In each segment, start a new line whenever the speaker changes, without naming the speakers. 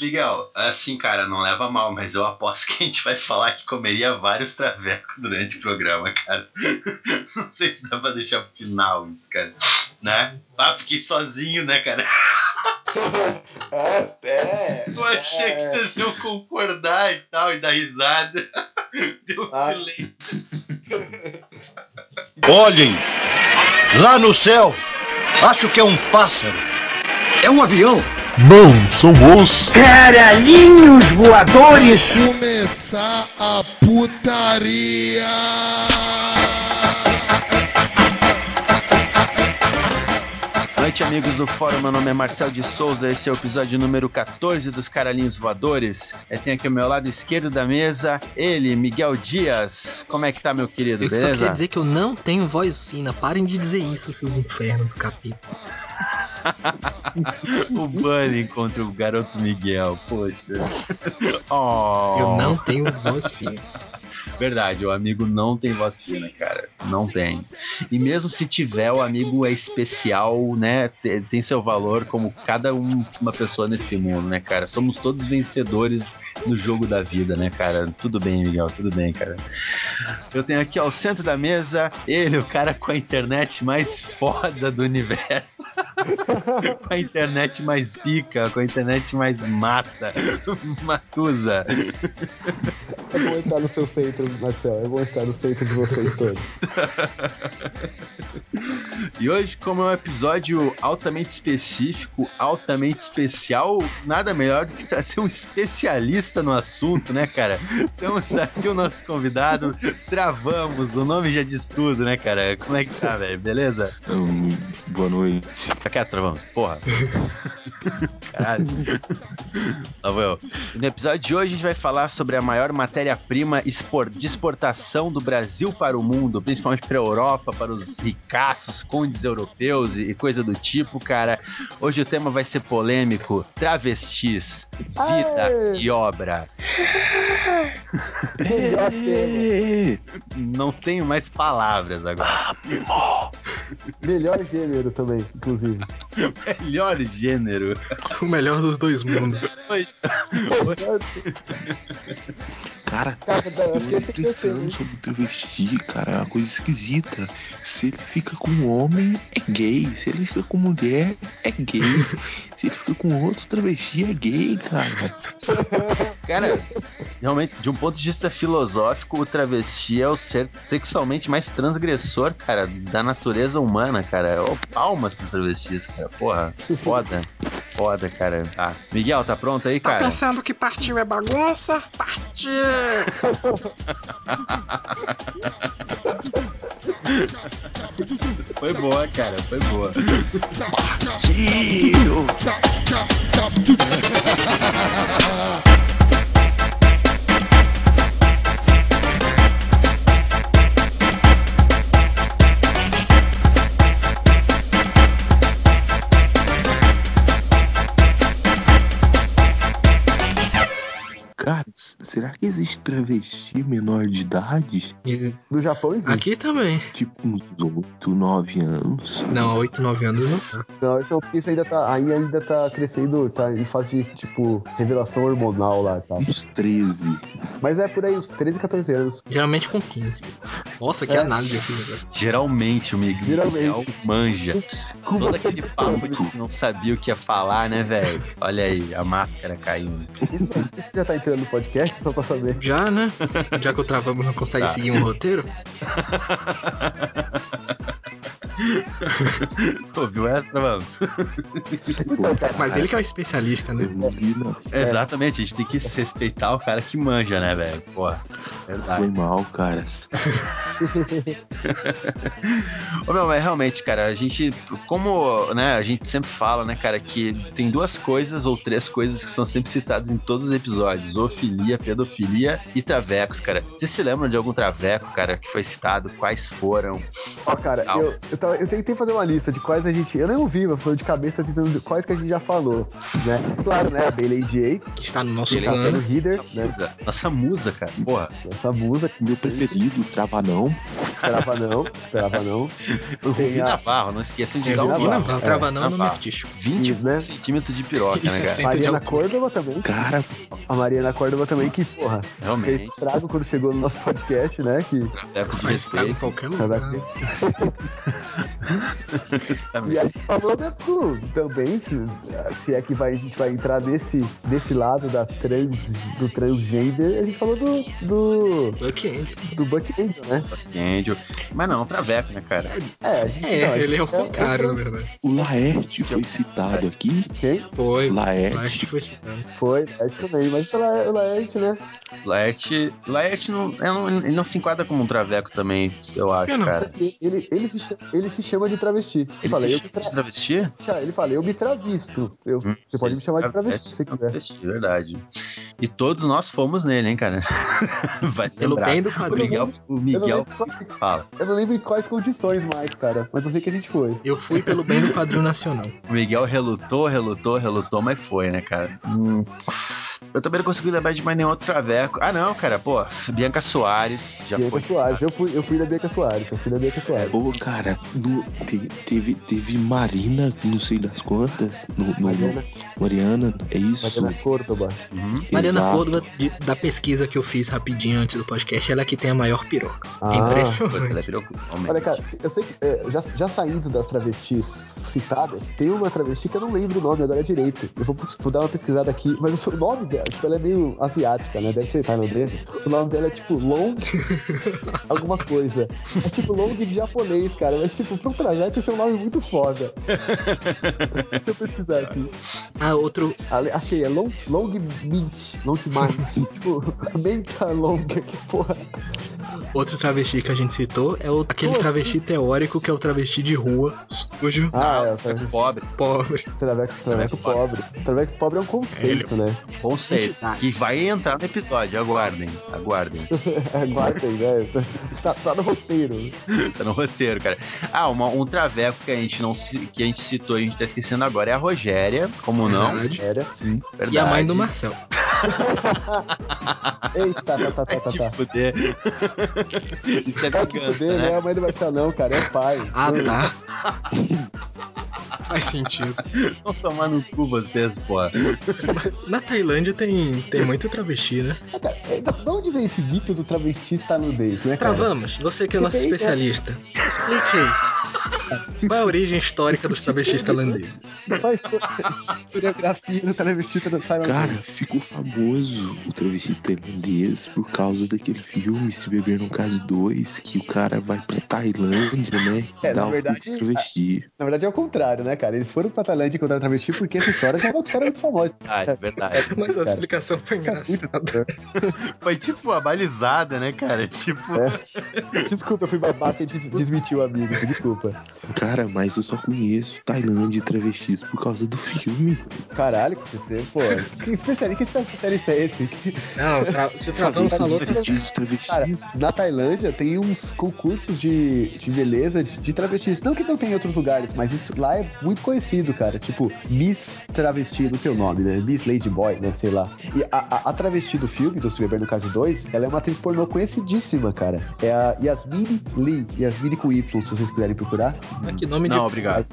Miguel, assim, cara, não leva mal, mas eu aposto que a gente vai falar que comeria vários travecos durante o programa, cara. Não sei se dá pra deixar pro final isso, cara. Né? Ah, fiquei sozinho, né, cara?
é,
Eu achei que vocês iam concordar e tal, e dar risada. Deu um
Ah.
silêncio.
Olhem! Lá no céu! Acho que é um pássaro! É um avião!
Não, são os.
Caralhinhos voadores!
Começar a putaria!
Boa noite, amigos do fórum. Meu nome é Marcel de Souza. Esse é o episódio número 14 dos Caralhinhos Voadores. Eu tenho aqui ao meu lado esquerdo da mesa ele, Miguel Dias. Como é que tá, meu querido?
Eu só
Beleza?
queria dizer que eu não tenho voz fina. Parem de dizer isso, seus infernos do capeta.
O Bunny contra o garoto Miguel. Poxa. Oh,
Eu não tenho voz fina.
Verdade, o amigo não tem voz fina, cara. Não tem. E mesmo se tiver, o amigo é especial, né? Te- Tem seu valor como cada um- uma pessoa nesse mundo, né, cara? Somos todos vencedores no jogo da vida, né, cara? Tudo bem, Miguel, tudo bem, cara. Eu tenho aqui ao centro da mesa ele, o cara com a internet mais foda do universo. com a internet mais pica, com a internet mais mata. Matusa.
É bom estar no seu centro, Marcel. É bom estar no centro de vocês todos.
E hoje, como é um episódio altamente específico, altamente especial, nada melhor do que trazer um especialista no assunto, né, cara? Temos aqui o nosso convidado, travamos, o nome já diz tudo, né, cara? Como é que tá, velho? Beleza?
Então, Boa noite.
Pra cá, travamos, porra. Caralho. Lá vou eu. E No episódio de hoje a gente vai falar sobre a maior matéria-prima expor- de exportação do Brasil para o mundo, principalmente para a Europa, para os ricaços, condes europeus e e coisa do tipo, cara. Hoje o tema vai ser polêmico: travestis, vida e obra. Não tenho mais palavras agora.
Melhor gênero também, inclusive.
Melhor gênero.
O melhor dos dois mundos.
Cara,
Cara, eu
eu
acho que esse aqui
fiquei
eu sei.
pensando sobre o travesti, cara, é uma coisa esquisita. Se ele fica com homem, é gay. Se ele fica com mulher, é gay. Se ele fica com outro travesti, é gay, cara.
Cara, realmente, de um ponto de vista filosófico, o travesti é o ser sexualmente mais transgressor, cara, da natureza humana, cara. Ô, palmas pros travestis, cara. Porra, foda. Foda, cara. Tá. Miguel, tá pronto aí,
Tá
cara?
pensando que partiu é bagunça? Partiu!
Foi boa, cara. Foi boa.
Tio! Cara, s- será que existe travesti menor de idade?
Mas
Do Japão existe.
Aqui também.
Tipo uns 8, 9 anos?
Não, 8, 9 anos não tá.
Não, então isso ainda tá, aí ainda tá crescendo, tá em fase de, tipo, revelação hormonal lá e tal.
Uns 13.
Mas é por aí, uns 13, 14 anos.
Geralmente com 15. Nossa, que
É.
análise eu fiz agora.
Geralmente o Miguel é
Geralmente.
manja. Todo aquele papo de que não sabia o que ia falar, né, velho? Olha aí, a máscara caindo.
Isso, isso já tá entrando no podcast, só pra saber.
Já, né? Já que o Travamos não consegue
Tá.
seguir um roteiro,
Ouviu essa? Vamos.
Então, cara,
mas ele que é o especialista, né?
Menina,
Exatamente, a gente tem que respeitar o cara que manja, né, velho? Porra,
foi
verdade.
mal, cara.
Ô, meu, mas realmente, cara, a gente, como, né, a gente sempre fala, né, cara, que tem duas coisas ou três coisas que são sempre citadas em todos os episódios: zoofilia, pedofilia e travecos, cara. Vocês se lembram de algum traveco, cara, que foi citado? Quais foram?
ó, cara, eu, eu, tava- eu tentei fazer uma lista de quais a gente. Eu nem ouvi, mas falou de cabeça tentando quais que a gente já falou. né? Claro, né? A Bailey J,
Que está no nosso
Ele é
a
plano.
Karen Reader,
Nossa
né?
musa, nossa musa, cara, porra.
Essa musa.
Meu preferido, Travanão.
Esperava não, esperava não.
Rubi
tá
a-
Navarro, não esqueçam de
É,
dar um
Rubi
E
Navarro.
Navarro.
Navarro,
é,
Travanão é nome
Navarro.
artístico.
20
Né? é
centímetros de piroca,
E
né, cara?
60. Tenta de
Mariana
altura.
Córdova também.
Cara,
A Mariana Córdova também, que porra, fez
Realmente.
estrago quando chegou no nosso podcast, né? Que
Até com
Faz estrago em
respeito.
qualquer
Tá
lugar.
daqui.
Também.
E aí falou da- do- também, se, se é que vai, a gente vai entrar nesse, desse lado da trans, do transgender, a gente falou do, do,
Buck End.
do Buck Angel, né?
Angel. Mas não, traveco, né, cara?
É, a gente,
É,
não, a
ele é o
gente-
contrário, na verdade.
o Laerte foi citado aqui.
Quem
Foi,
Laerte.
Laerte foi assim, tá? citado.
foi? Laerte também, mas tá lá- o Laerte, né?
Laerte, Laerte não, é um- ele não se enquadra como um traveco também, eu acho,
Eu não.
cara.
Ele, ele, ele se, cha- ele se chama de travesti. Ele,
Ele
fala,
se
eu, me
chama de
tra...
travesti?
tchau, ele fala, eu me travisto. Eu,
Hum,
você pode me chamar de travesti se você quiser.
é um Travesti, verdade. E todos nós fomos nele, hein, cara? Vai
Pelo
lembrar.
bem do
O
quadrinho.
Miguel, o
Eu não,
Miguel
lembro quais,
fala.
eu não lembro em quais condições mais, cara, mas eu sei que a gente foi.
Eu fui pelo bem do quadrinho nacional.
O Miguel relutou, relutou, relutou, mas foi, né, cara? Hum. Eu também não consigo lembrar de mais nenhum outro traveco. Ah, não, cara, pô, Bianca Soares já
Bianca
foi. É,
Soares, eu fui, eu fui da Bianca Soares, eu fui da Bianca Soares.
Ô, cara, no- te- teve, teve Marina, não sei das quantas. No, no- no-
Mariana,
Mariana, é isso.
Mariana Córdoba.
Uhum.
Mariana
Exato.
Córdova, de- da pesquisa que eu fiz rapidinho antes do podcast, ela é que tem a maior piroca.
Ah.
é
Pô,
impressionante.
ela é pirocuda, realmente.
Olha, cara, eu sei que é, já, já saindo das travestis citadas, tem uma travesti que eu não lembro o nome agora direito. Eu vou, vou dar uma pesquisada aqui, mas o nome dela, tipo, ela é meio asiática, né? Deve ser tailandesa. O nome dela é tipo Long. alguma coisa. É tipo Long de japonês, cara. Mas, tipo, pra um trajeto, esse é um nome muito foda. Deixa eu pesquisar aqui.
Ah, outro.
Ale- Achei, é Long, long Mint. Long Mint. tipo, Menta Longa, que porra.
Outro travesti que a gente citou é o, aquele travesti teórico que é o travesti de rua, sujo,
Ah, é,
Traveco
traveco,
pobre,
pobre.
traveco, traveco pobre. Traveco pobre é um conceito, né?
conceito.
Entidade.
Que vai entrar no episódio, aguardem, aguardem.
É, guardem, né? Tá, tá no roteiro.
Tá no roteiro, cara. Ah, uma- um traveco que a gente não ci- que a gente citou e a gente tá esquecendo agora é a Rogéria, como não?
Verdade.
Era.
Verdade.
E a mãe do Marcel.
Eita, tá, tá, tá,
Vai
tá,
te
tá.
fuder. Isso é
Tá que
vingança, tipo
fuder, né?
né?
A mãe não vai falar, não, cara, é pai.
Ah, tá. Faz sentido.
Vão tomar no cu vocês, pô.
Na Tailândia tem, tem muito travesti, né?
É, cara, é, da- de onde vem esse mito do travesti tailandês, né, cara?
Travamos, você que é o nosso
Eita.
especialista. Explique aí. Qual é a origem histórica dos travestis tailandeses?
Faz to- historiografia do travesti tailandês.
Cara, ficou famoso o travesti tailandês por causa daquele filme Se Beber Não Case 2, que o cara vai pra Tailândia, né? e
É, na
dá o cu
verdade,
de travesti.
Na verdade é o contrário, né, cara? Eles foram pra Tailândia encontrar travesti porque essa história já é uma história muito famosa.
Ah, é verdade.
Mas a
Cara.
explicação foi engraçada.
Foi tipo uma balizada, né, cara? Tipo.
Desculpa, eu fui babaca e des- desmenti o amigo, desculpa.
Cara, mas eu só conheço Tailândia e travestis por causa do filme.
Caralho, você, pô. Que especialista, que especialista é esse?
Não, tra- se o Travamos falou, tá
Travesti de travestis.
Cara, na Tailândia tem uns concursos de, de beleza de, de travestis. Não que não tenha em outros lugares, mas isso lá é muito conhecido, cara. Tipo, Miss Travesti, não sei o nome, né? Miss Ladyboy, né? Sei lá. E a, a- a travesti do filme, do Se Beber no Caso 2, ela é uma atriz pornô conhecidíssima, cara. É a Yasmini Lee. Yasmini com Y, se vocês quiserem procurar.
que nome
Não,
de.
obrigado.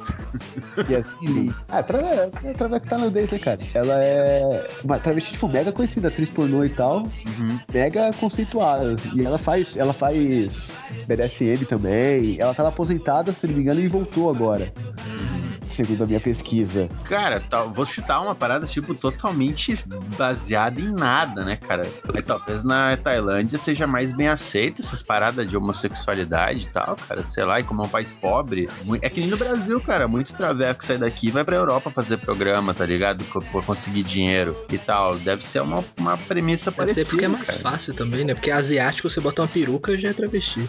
Yasmini Lee. Ah, tra é traveco tailandês, né, cara? Ela é uma travesti, tipo, mega conhecida, atriz pornô e tal
Uhum.
mega conceituada. E ela faz, ela faz BDSM também. Ela tava aposentada, se não me engano, e voltou agora. Segundo a minha pesquisa.
Cara, tá- vou chutar uma parada, tipo, totalmente baseada em nada, né, cara? Mas talvez na Tailândia seja mais bem aceita essas paradas de homossexualidade e tal, cara. Sei lá, e como é um país pobre. mui- É que nem no Brasil, cara. Muitos travecos saem daqui e vai pra Europa fazer programa, tá ligado? Co- Pra conseguir dinheiro e tal. Deve ser uma, uma premissa
Pode
parecida.
ser porque é mais
cara.
fácil também, né? Porque asiático, você bota uma peruca já é travesti.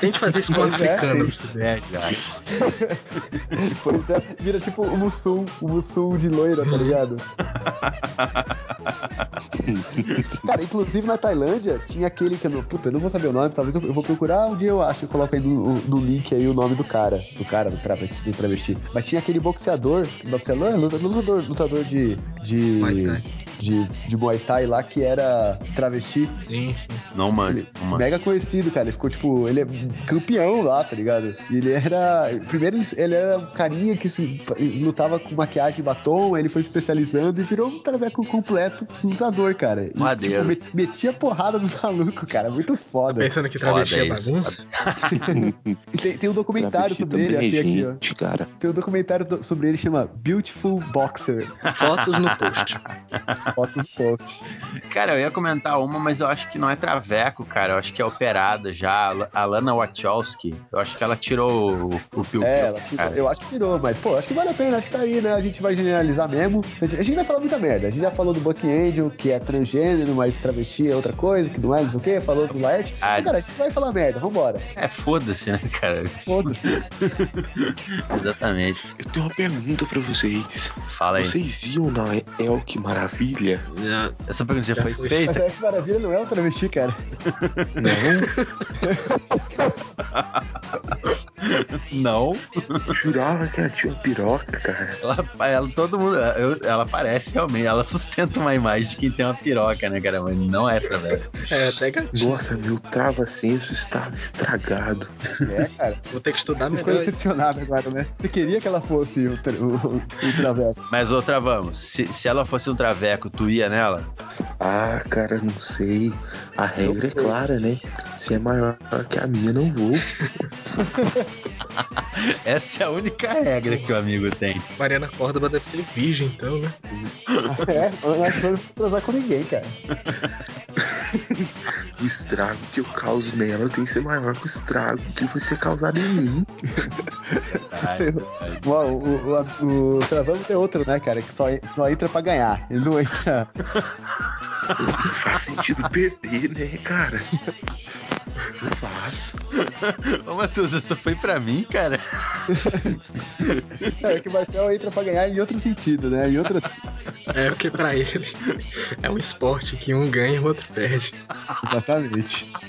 Tente fazer isso com um
Pois é.
africano pra você ver.
É, cara.
Pois é, vira tipo o Mussum, o Mussum de loira, tá ligado? Cara, inclusive na Tailândia tinha aquele que eu não. Puta, eu não vou saber o nome, talvez eu, eu vou procurar um dia eu acho, eu coloco aí no, no link aí o nome do cara, do cara, do travesti, do travesti. Mas tinha aquele boxeador, boxeador, lutador, lutador de. de
Muay Thai.
de, de Muay Thai lá que era travesti.
Sim, Tá sim.
Não mano, não mano.
Mega conhecido, cara. Ele ficou, tipo, ele é campeão lá, tá ligado? E ele era. Primeiro ele, ele era um carinha que se lutava com maquiagem e batom, aí ele foi especializando e virou um traveco completo um lutador, cara. E,
Madeiro.
tipo, met- metia porrada no maluco, cara. Muito foda.
Pensando que travesti
Foda
é
isso.
bagunça?
E Tem, tem um documentário
Travesti
sobre ele,
tá também,
achei aqui, ó.
gente, cara.
Tem um documentário do- sobre ele chama Beautiful Boxer.
Fotos no post.
Foto do post.
Cara, eu ia comentar uma, mas eu acho que não é traveco, cara. Eu acho que é operada já. A La- A Lana Wachowski, eu acho que ela tirou o, o piu
É, ela tirou,
Cara.
eu acho que tirou, mas pô, acho que vale a pena, acho que tá aí, né? A gente vai generalizar mesmo. A gente, a gente vai falar muita merda. A gente já falou do Buck Angel, que é transgênero, mas travesti é outra coisa, que não é, não sei o quê. Falou do Laerte.
Ah,
Mas, cara, a gente vai falar merda, vambora.
É, foda-se, né, cara?
Foda-se.
Exatamente.
Eu tenho uma pergunta pra vocês.
Fala aí.
Vocês iam na El que Maravilha?
Já-
Essa pergunta já
Já
foi
fui.
Mas
feita?
é que maravilha não é um travesti, cara.
Não,
Não.
jurava que ela tinha uma piroca, cara.
Ela, ela- todo mundo. eu- ela parece realmente. Ela sustenta uma imagem de quem tem uma piroca, né, cara? Mas não é traveco.
É, até gatinho.
Nossa, meu trava-senso está estragado.
É, cara.
Vou ter que estudar
Você ficou
melhor.
decepcionado agora, né? Você queria que ela fosse o, tra- o, o, o travesso.
Mas outra, vamos. Se, se ela fosse um traveco, tu ia nela?
Ah, cara, não sei. A regra é clara, né? Se é maior que a minha, não vou.
Essa é a única regra que o amigo tem.
Mariana Córdoba deve ser virgem, então, né?
É, eu acho que eu não vou transar com ninguém, cara.
O estrago que eu causo nela tem que ser maior que o estrago que vai ser causado em mim.
Ai,
Sei.
ai.
Uau, o, o, o Travano é outro, né, cara? Que só, que só entra pra ganhar. Ele não entra.
Não faz sentido perder, né, cara? Não faz.
Ô, Matheus, essa foi pra mim, cara?
É que o Marcel entra pra ganhar em outro sentido, né? Em outras.
É, porque pra ele é um esporte que um ganha e o outro perde.
Exatamente.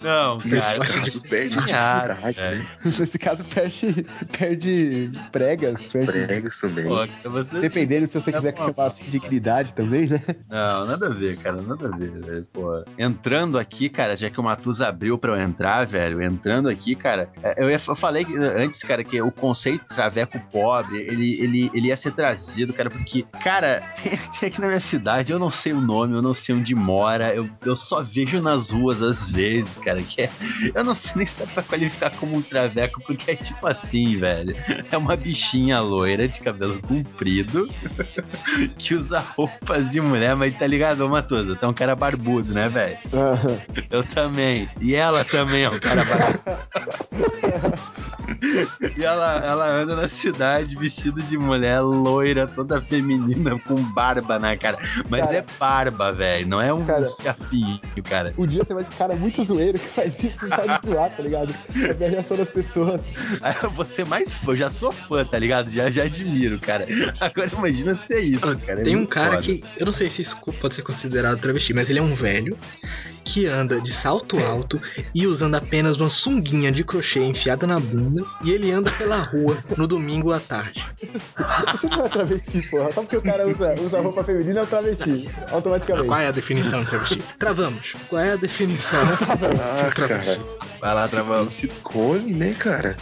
Não,
Nesse
Nesse
cara.
Cara,
caso, perde a
cara,
dignidade, né?
Nesse caso, perde, perde pregas. Perde...
Pregas também. Ah,
Pô, cara, você...
Dependendo se você quiser chamar assim de dignidade também, né?
Não, nada a ver, cara, nada a ver, velho. Pô, entrando aqui, cara, já que o Matus abriu pra eu entrar, velho, entrando aqui, cara, é, eu, ia- eu falei que, eh, antes, cara, que o conceito de traveco pobre, ele, ele, ele ia ser trazido, cara, porque, cara, tem, tem aqui na minha cidade, eu não sei o nome, eu não sei onde mora, eu, eu só vejo nas ruas às vezes, cara, que é, eu não sei nem se dá pra qualificar como um traveco, porque é tipo assim, velho, é uma bichinha loira de cabelo comprido, que usa roupas de mulher, mas tá ligado, ô Matoso? Tá um cara barbudo, né, velho? Eu também. E ela também é um cara barbudo. E ela, ela anda na cidade vestida de mulher loira, toda feminina, com barba na cara. Mas
Cara.
é barba, velho. Não é um
Cara.
chafinho, cara.
Um dia você vai esse cara muito zoeiro que faz isso e vai me zoar, tá ligado? É a minha reação das pessoas.
Aí eu vou ser mais fã, já sou fã, tá ligado? Já, já admiro, cara. Agora imagina ser
Ah,
isso, cara. É
Tem um
muito foda.
cara que, eu não sei se isso pode ser considerado travesti, mas ele é um velho que anda de salto
É.
alto e usando apenas uma sunguinha de crochê enfiada na bunda e ele anda pela rua no domingo à tarde.
Você não é travesti, porra. Só porque o cara usa, usa roupa feminina é um travesti. Automaticamente.
Qual é a definição de travesti? Travamos. Qual é a definição
Ah,
de
cara.
travesti?
Vai lá,
Se
Travão.
tem silicone, né, cara?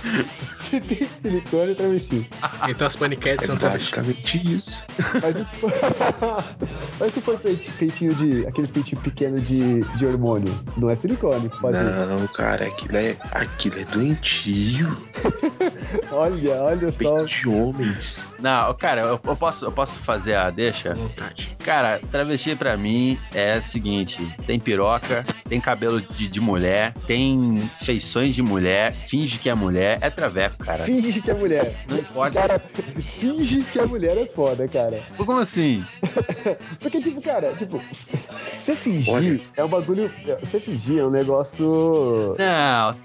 Se tem silicone, é travesti.
Então as
É
paniquetes são travestis.
basicamente isso.
Mas isso foi. Mas se for peitinho, peitinho de. aqueles peitinhos pequenos de, de hormônio. Não é silicone. Pode
Não, cara, aquilo é, aquilo é doentio.
Olha, olha só.
Peito de homens.
Não, cara, eu, eu posso, eu posso fazer a deixa?
Vontade.
Cara, travesti pra mim é o seguinte: tem piroca, tem cabelo de, de mulher, tem feições de mulher, finge que é mulher, é traveco, cara.
Finge que é mulher.
Não importa.
Cara, finge que é mulher é foda, cara.
Como assim?
Porque, tipo, cara, tipo. Você fingir é um bagulho. Você fingir é um negócio.
Não,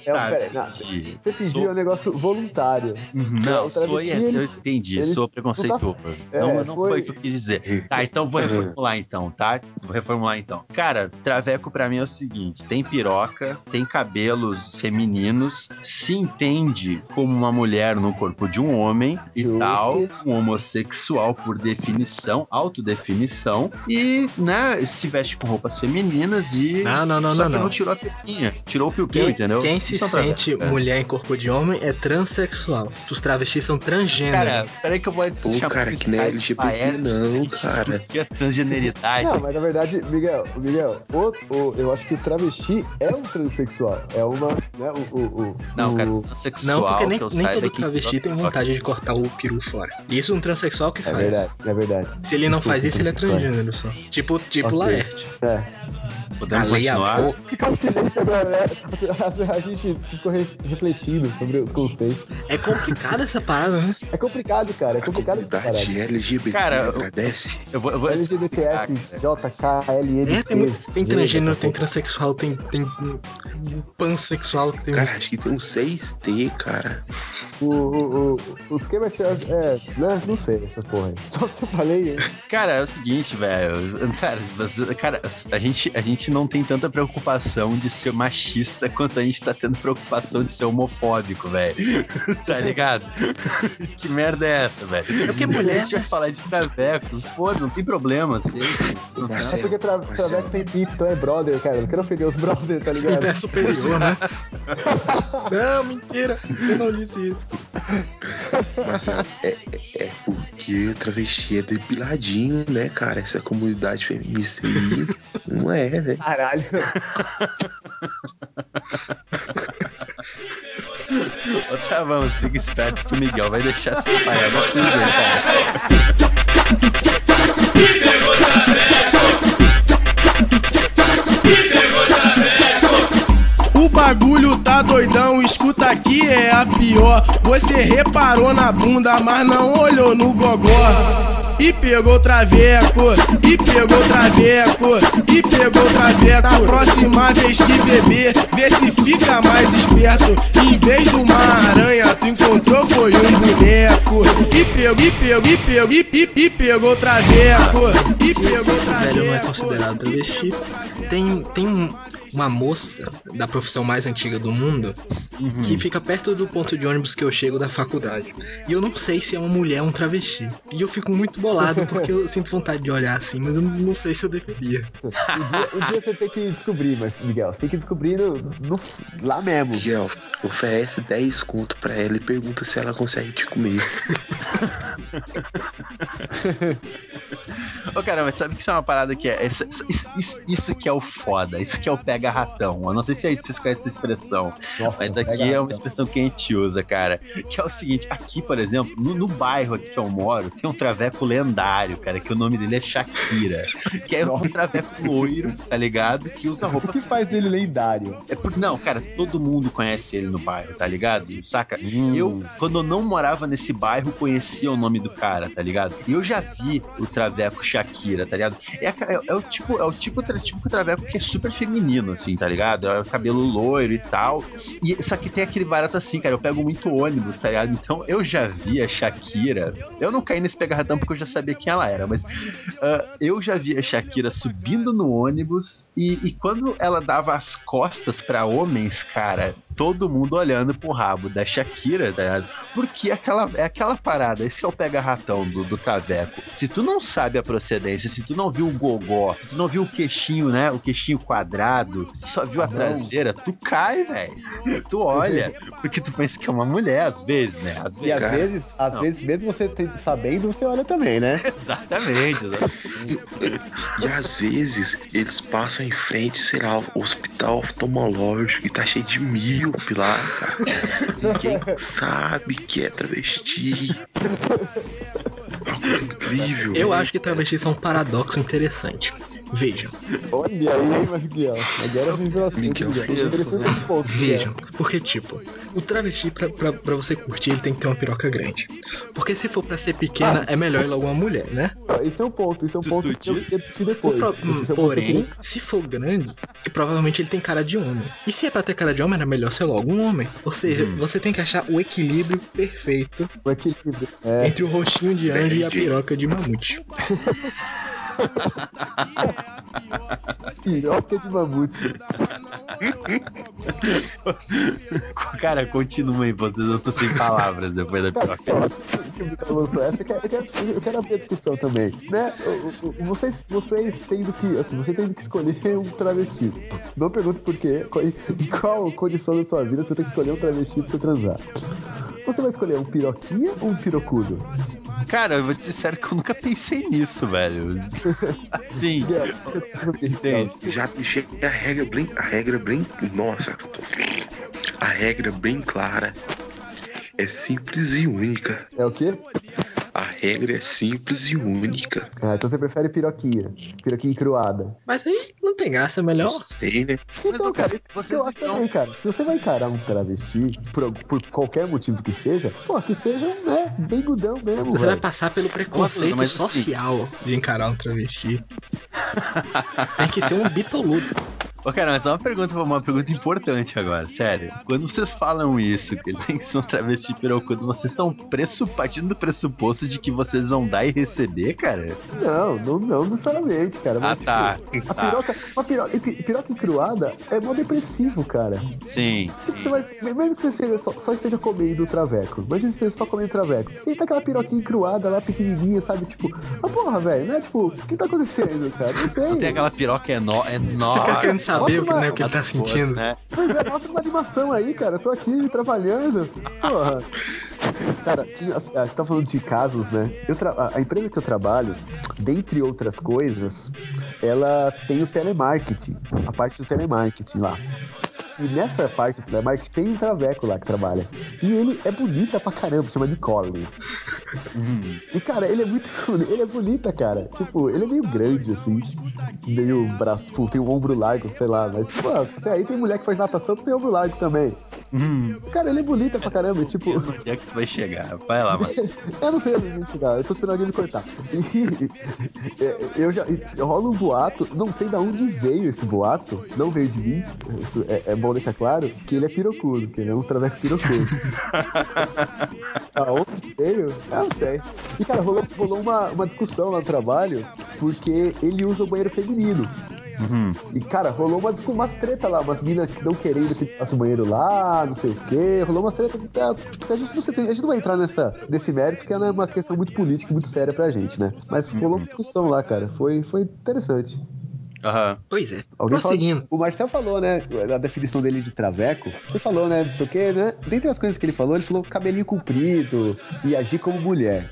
É, um-
tá,
pera, não.
entendi.
Você fingir
Sou-
é um negócio voluntário.
Uhum,
É,
Não, sou,
o travesti,
eu, eu
ele-
entendi,
ele-
sou preconceituoso.
É,
não não foi...
foi
o que eu quis dizer. Tá, então vou reformular então, tá? Vou reformular então. Cara, traveco pra mim é o seguinte: tem piroca, tem cabelos femininos, se entende como uma mulher no corpo de um homem e
Justo.
tal, um homossexual por definição, autodefinição, e, né, se veste com roupas femininas e.
Não, não, não,
Só
não,
que
não.
tirou a pequinha, tirou o piu-piu,
Quem,
entendeu?
quem se
Isso é um traveco,
sente
cara.
mulher em corpo de homem é transexual. Os travestis são transgênero.
Cara, peraí que eu vou te
Pô,
chamar
cara,
de
que não é
cara
LGBT
paético,
não,
gente.
cara.
Que é transgeneridade.
Não, mas na verdade, Miguel, Miguel, o, o- eu acho que o travesti é um transexual. É uma. Né, o, o, o,
Não, cara,
o-
transexual
Não, porque nem,
que eu
nem
saiba
todo
que-
travesti tem vontade de cortar o peru fora. Isso é um transexual que
É
faz.
verdade, é verdade.
Se ele não faz isso, ele é
Transexual.
transgênero só. Tipo, tipo
Ok.
Laerte.
É.
Podemos
A lei
continuar?
avô.
Ficar em silêncio agora, né? A gente ficou re- refletindo sobre os conceitos.
É complicada essa parada, né?
É complicado, cara. É
A
complicado essa parada.
comunidade LGBT
Cara, eu-
agradece.
Eu vou, eu vou explicar,
LGBTS,
cara.
JKLN.
É, tem, muito- tem transgênero,
é
tem transexual, tem, tem hum, pansexual, tem.
Cara, acho que tem um 6T, cara.
O, o, o, o esquema é, é. Né? Não sei essa porra aí. Só se eu falei.
Cara, é o seguinte, velho. Cara, você- cara, a gente, a gente não tem tanta preocupação de ser machista quanto a gente tá tendo preocupação de ser homofóbico, velho. tá ligado? que merda é essa, velho?
É porque mulher,
A gente vai falar de traveco. Pô, não tem problema. Tem, não tem
É porque tra Traveco tem pinto, então é brother, cara. Não quero ofender os brothers, tá ligado?
É superior, né? Não, mentira, eu não disse isso.
Mas sabe, é, é, é porque travesti é depiladinho, né, cara? Essa comunidade feminista aí não é, né?
Caralho.
Tá, vamos, fica esperto que o Miguel vai deixar essa parada tudo, cara.
O bagulho tá doidão, escuta aqui é a pior. Você reparou na bunda, mas não olhou no gogó. E pegou traveco, e pegou traveco, e pegou traveco. Na próxima vez que beber, vê se fica mais esperto. Em vez de uma aranha, tu encontrou foi um boneco. E pegou, e pegou, e pegou, e, e, e pegou traveco.
Se,
E
se
pegou
esse velho não é
traveco,
considerado
e é
travesti,
pegou traveco.
tem, tem um- uma moça da profissão mais antiga do mundo que fica perto do ponto de ônibus que eu chego da faculdade. E eu não sei se é uma mulher ou um travesti. E eu fico muito bolado porque eu sinto vontade de olhar assim, mas eu não sei se eu deveria.
Um dia, um dia você tem que descobrir, mas, Miguel. Você tem que descobrir no, no- lá mesmo.
Miguel, oferece 10 conto pra ela e pergunta se ela consegue te comer.
Ô, cara, mas sabe que isso é uma parada que é. Isso, isso- isso- isso que é o foda, isso que é o pega-ratão. Eu não sei se é isso, vocês conhecem essa expressão,
Nossa,
mas
pega
aqui é uma
essa.
expressão que a gente usa, cara. Que é o seguinte: aqui, por exemplo, no, no bairro aqui que eu moro, tem um traveco lendário, cara, que o nome dele é Shakira. Que é um traveco loiro, tá ligado? Que usa roupa
O que faz dele lendário?
É por- não, cara, todo mundo conhece ele no bairro, tá ligado? Saca? Eu, quando eu não morava nesse bairro, conhecia o nome do cara, tá ligado? E eu já vi o Traveco Shakira, tá ligado? É, a- é- é o tipo, é o tipo, tra- típico Traveco que é super feminino, assim, tá ligado? É o cabelo loiro e tal. E, só que tem aquele barato assim, cara, eu pego muito ônibus, tá ligado? Então eu já vi a Shakira. Eu não caí nesse pegarradão porque eu já sabia quem ela era, mas ah, eu já vi a Shakira subindo no ônibus e, e quando ela dava as costas pra homens, cara, todo mundo olhando pro rabo da Shakira, tá ligado? Porque aquela, é aquela parada, esse é o pega-ratão do, do Traveco. Se tu não sabe a procedência, se tu não viu o gogó, se tu não viu o queixinho, né? O queixinho quadrado, se só viu a traseira, tu cai, velho. Tu olha, porque tu pensa que é uma mulher, às vezes, né? Às
E
vezes.
às
Cara,
vezes, às
não.
vezes, mesmo você te- sabendo, você olha também, né?
Exatamente, exatamente.
E às vezes eles passam em frente, sei lá, o hospital oftalmológico e tá cheio de míope lá, cara. Ninguém sabe que é travesti. uma coisa incrível.
Eu acho que travestis são um paradoxo interessante. Vejam,
Olha aí, Miguel. Agora vem pela
Miguel fez essa,
vejam. Porque, tipo, o travesti, pra, pra, pra você curtir, ele tem que ter uma piroca grande. Porque se for pra ser pequena, é melhor ir logo uma mulher, né?
Esse é um ponto, esse é um ponto que eu
diz?
queria discutir
O
depois.
pro- hum,
Esse é um ponto
Porém,
que-
se for grande, que provavelmente ele tem cara de homem. E se é pra ter cara de homem, era melhor ser logo um homem. Ou seja,
Uhum.
você tem que achar o equilíbrio perfeito
o equilíbrio. É,
entre o roxinho de anjo e a piroca de mamute.
piroca de mamute.
Cara, continua aí, vocês. Eu tô sem palavras depois da
Cara,
piroca.
cara, que me balançou essa, eu quero- eu quero- eu quero abrir a discussão também. Né? o- o- Vocês, vocês tendo que. Assim, você tendo que escolher um travesti. Não pergunto por quê, co- em qual condição da sua vida você tem que escolher um travesti pra você transar. Você vai escolher um piroquinha ou um pirocudo?
Cara, eu vou te dizer que eu nunca pensei nisso, velho. Sim,
Miguel, você- um
entende?
Já deixei a regra bem. A regra bem. Nossa. A regra bem clara. É simples e única.
É o quê?
A regra é simples e única.
Ah, então você prefere piroquinha. Piroquinha cruada.
Mas aí não tem graça, é
Eu
melhor.
sei, né?
Então,
ô,
cara,
cara,
isso que
vocês
eu acho
estão-
também, cara. Se você vai encarar um travesti, por, por qualquer motivo que seja, pô, que seja um, né, bem gudão mesmo,
Você vai
velho.
passar pelo preconceito
mas assim-
social de encarar um travesti. Tem que ser um bitoludo.
Ô, cara, mas é uma pergunta, uma pergunta importante agora, sério. Quando vocês falam isso, que eles têm que ser um travesti pirocudo, vocês estão pressu- partindo do pressuposto de que vocês vão dar e receber, cara?
Não, não, não necessariamente, cara.
Ah,
Mas,
tá.
tipo, a
tá.
piroca, uma piroca, e pi- piroca encruada é mó depressivo, cara.
Sim.
Tipo, você vai, mesmo que você seja só, só esteja comendo o traveco, imagina se você só comendo o traveco. E tá aquela piroquinha encruada lá, pequenininha, sabe? Tipo, ah, porra, velho, né? Tipo, o que tá acontecendo, cara? Não sei.
Não tem aquela piroca é eno
Você
enorme.
fica querendo saber o que, né,
Nossa,
o que ele tá
Pô,
sentindo.
né?
Pois é, mostra uma animação aí, cara. Eu tô aqui trabalhando. Porra. Cara, tinha- ah, você tá falando de casos, né? Eu tra- a- a empresa que eu trabalho, dentre outras coisas, ela tem o telemarketing. A parte do telemarketing lá. E nessa parte do telemarketing tem um traveco lá que trabalha. E ele é bonita pra caramba, chama Nicole.
Uhum.
E, cara, ele é muito. Ele é bonita, cara. Tipo, ele é meio grande, assim. Meio braço, tipo, tem um ombro largo, sei lá. Mas, tipo, ah, até aí tem mulher que faz natação que tem ombro largo também.
Hum,
Cara, ele é bonita pra caramba. e, Tipo,
onde é que você vai chegar? Vai lá, mano.
eu não sei onde me chegar, eu tô esperando alguém me cortar. E, é, eu já. e Rola um boato, não sei de onde veio esse boato, não veio de mim, isso é, é bom deixar claro, que ele é pirocudo, que ele é um traveco pirocudo. Aonde veio? Eu não sei. E cara, rolou, rolou uma, uma discussão lá no trabalho, porque ele usa o banheiro feminino.
Uhum.
E, cara, rolou uma, discu- umas treta lá, umas minas que não querendo que passe o banheiro lá, não sei o quê. Rolou umas treta que tá- que a gente não sei, se- a gente não vai entrar nessa, nesse mérito, que ela é uma questão muito política e muito séria pra gente, né? Mas rolou uma discussão lá, cara. Foi, foi interessante.
Aham.
Pois é.
Alguém falou-
Prosseguindo.
o Marcel falou, né, da definição dele de traveco. Ele falou, né, não sei o quê, né? Dentre as coisas que ele falou, ele falou cabelinho comprido e agir como mulher.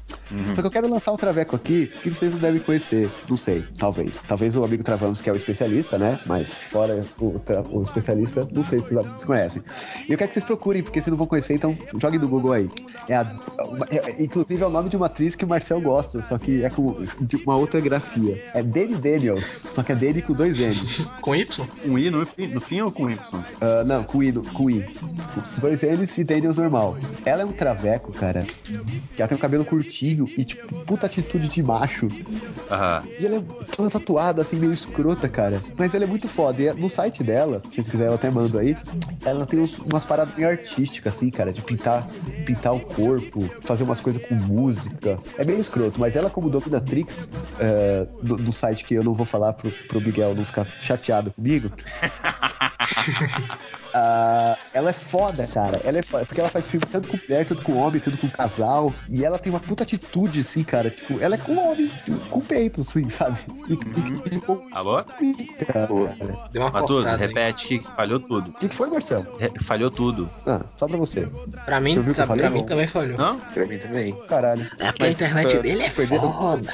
Só que eu quero lançar um traveco aqui que vocês não devem conhecer. Não sei, talvez. Talvez o amigo Travamos, que é o especialista, né? Mas fora o, tra- o especialista, não sei se vocês vocês conhecem. E eu quero que vocês procurem, porque se não vão conhecer, então joguem no Google aí. É a- uma- é- é- inclusive é o nome de uma atriz que o Marcel gosta, só que é com, de uma outra grafia. É Danny Daniels, só que é Danny com dois N's.
Com Y?
Com I no, fi- no fim ou com Y?
Ah, não, com I, no- com I. Dois N's e Daniels normal. Ela é um traveco, cara. Ela tem o cabelo curtinho e, tipo, puta atitude de macho.
Aham.
E ela é toda tatuada, assim, meio escrota, cara. Mas ela é muito foda. E no site dela, se vocês quiserem, eu até mando aí. Ela tem uns- umas paradas meio artísticas, assim, cara. De pintar, pintar o corpo, fazer umas coisas com música. É meio escroto, mas ela, como Dominatrix, é, do, do site que eu não vou falar pro, pro Miguel não ficar chateado comigo. Ah, ela é foda, cara. Ela é foda, porque ela faz filme tanto com mulher, tanto com homem, tanto com casal. E ela tem uma puta atitude, assim, cara. Tipo, ela é com homem, com peito, assim, sabe? E, e- e com
Alô?
pica, cara.
Deu uma
Matuso,
cortada. Tá hein?
repete que falhou tudo.
O que que foi, Marcelo?
Re- falhou tudo.
Ah, só pra você.
Pra mim,
Você ouviu o que
tá-
eu falei?
pra mim também falhou.
Não?
Pra mim também.
Caralho.
É porque a internet dele é
perderam-
foda.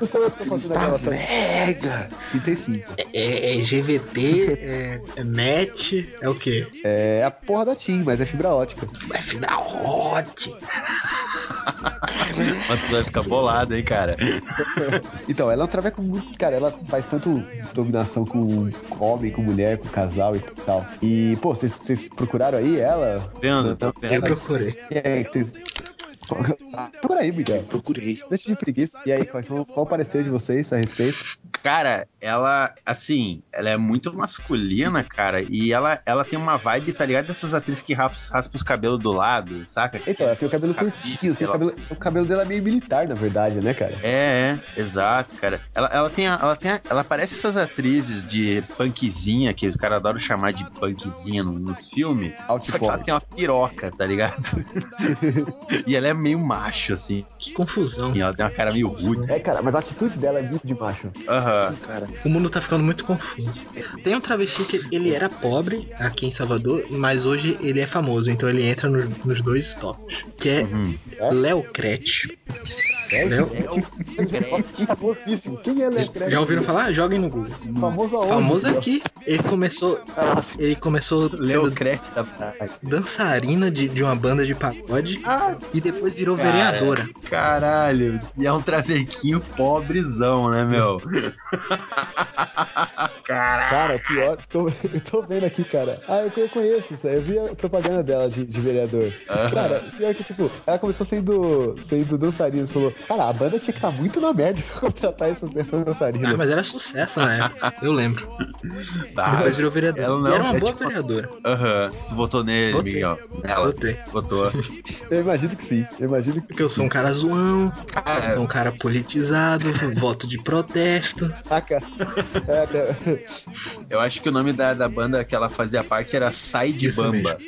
Não sei o que eu tô fazendo na gravação.
Mega!
35.
É, é GVT, é, é MET, é o quê?
É a porra da TIM, mas é fibra ótica.
É fibra ótica.
Mas tu vai ficar bolado, hein, cara.
Então, ela é um traveco muito. Cara, ela faz tanto dominação com homem, com mulher, com casal e tal. E, pô, vocês- vocês procuraram aí ela?
Vendo? Tô
Eu
vendo.
procurei.
E aí, vocês. Ah, Procura aí, Miguel.
Procurei.
Deixa de preguiça. E aí, quais- qual o parecer de vocês a respeito?
Cara, ela, assim, ela é muito masculina, cara. E ela, ela tem uma vibe, tá ligado? Dessas atrizes que raspa, raspa os cabelos do lado, saca?
Então, ela tem o cabelo curtinho, assim, o cabelo, o cabelo dela é meio militar, na verdade, né, cara?
É, é, exato, cara. Ela, ela tem, a- ela tem, a- ela parece essas atrizes de punkzinha que os caras adoram chamar de punkzinha no- nos filmes. Só que ela
Outboard.
tem uma piroca, tá ligado? e ela é meio macho assim.
Que confusão.
Ela tem uma cara meio rude.
É, cara, mas a atitude dela é muito de macho.
Aham.
Sim, cara.
O mundo tá ficando muito confuso. Tem um travesti que ele era pobre aqui em Salvador, mas hoje ele é famoso, então ele entra no- nos dois tops. Que é né?
Uhum. É
Léo Crete. Léo-
Porfíssimo. Quem é Léo Crete?
Já ouviram falar? Joguem no Google.
Famoso aonde?
Famoso é aqui. Ele começou.
Ah.
Ele começou sendo
Leocrete da praia.
dançarina de, de uma banda de pagode e depois virou
Cara. é.
vereadora.
Ah, Caralho, e é um travequinho pobrezão, né, meu? Caralho.
Cara, pior, tô- eu tô vendo aqui, cara. Ah, eu, eu conheço isso aí. Eu vi a propaganda dela de, de vereador.
Aham.
Cara, pior que, tipo, ela começou sendo, sendo dançarina. Falou, cara, a banda tinha que estar muito na merda pra contratar essas, essas dançarinas.
Ah, mas era sucesso na época, eu lembro.
Tá.
Depois virou vereadora.
ela não
e era uma
é
boa
tipo-
vereadora.
Aham. Tu votou nele,
Votei.
Miguel. Nela.
Votei.
Votou.
Eu imagino que sim. Eu imagino que.
Porque eu sou um cara zoão,
Cara.
sou um cara politizado, voto de protesto.
Ah, cara. É, cara.
Eu acho que o nome da, da banda que ela fazia parte era Sai de
Isso
Bamba.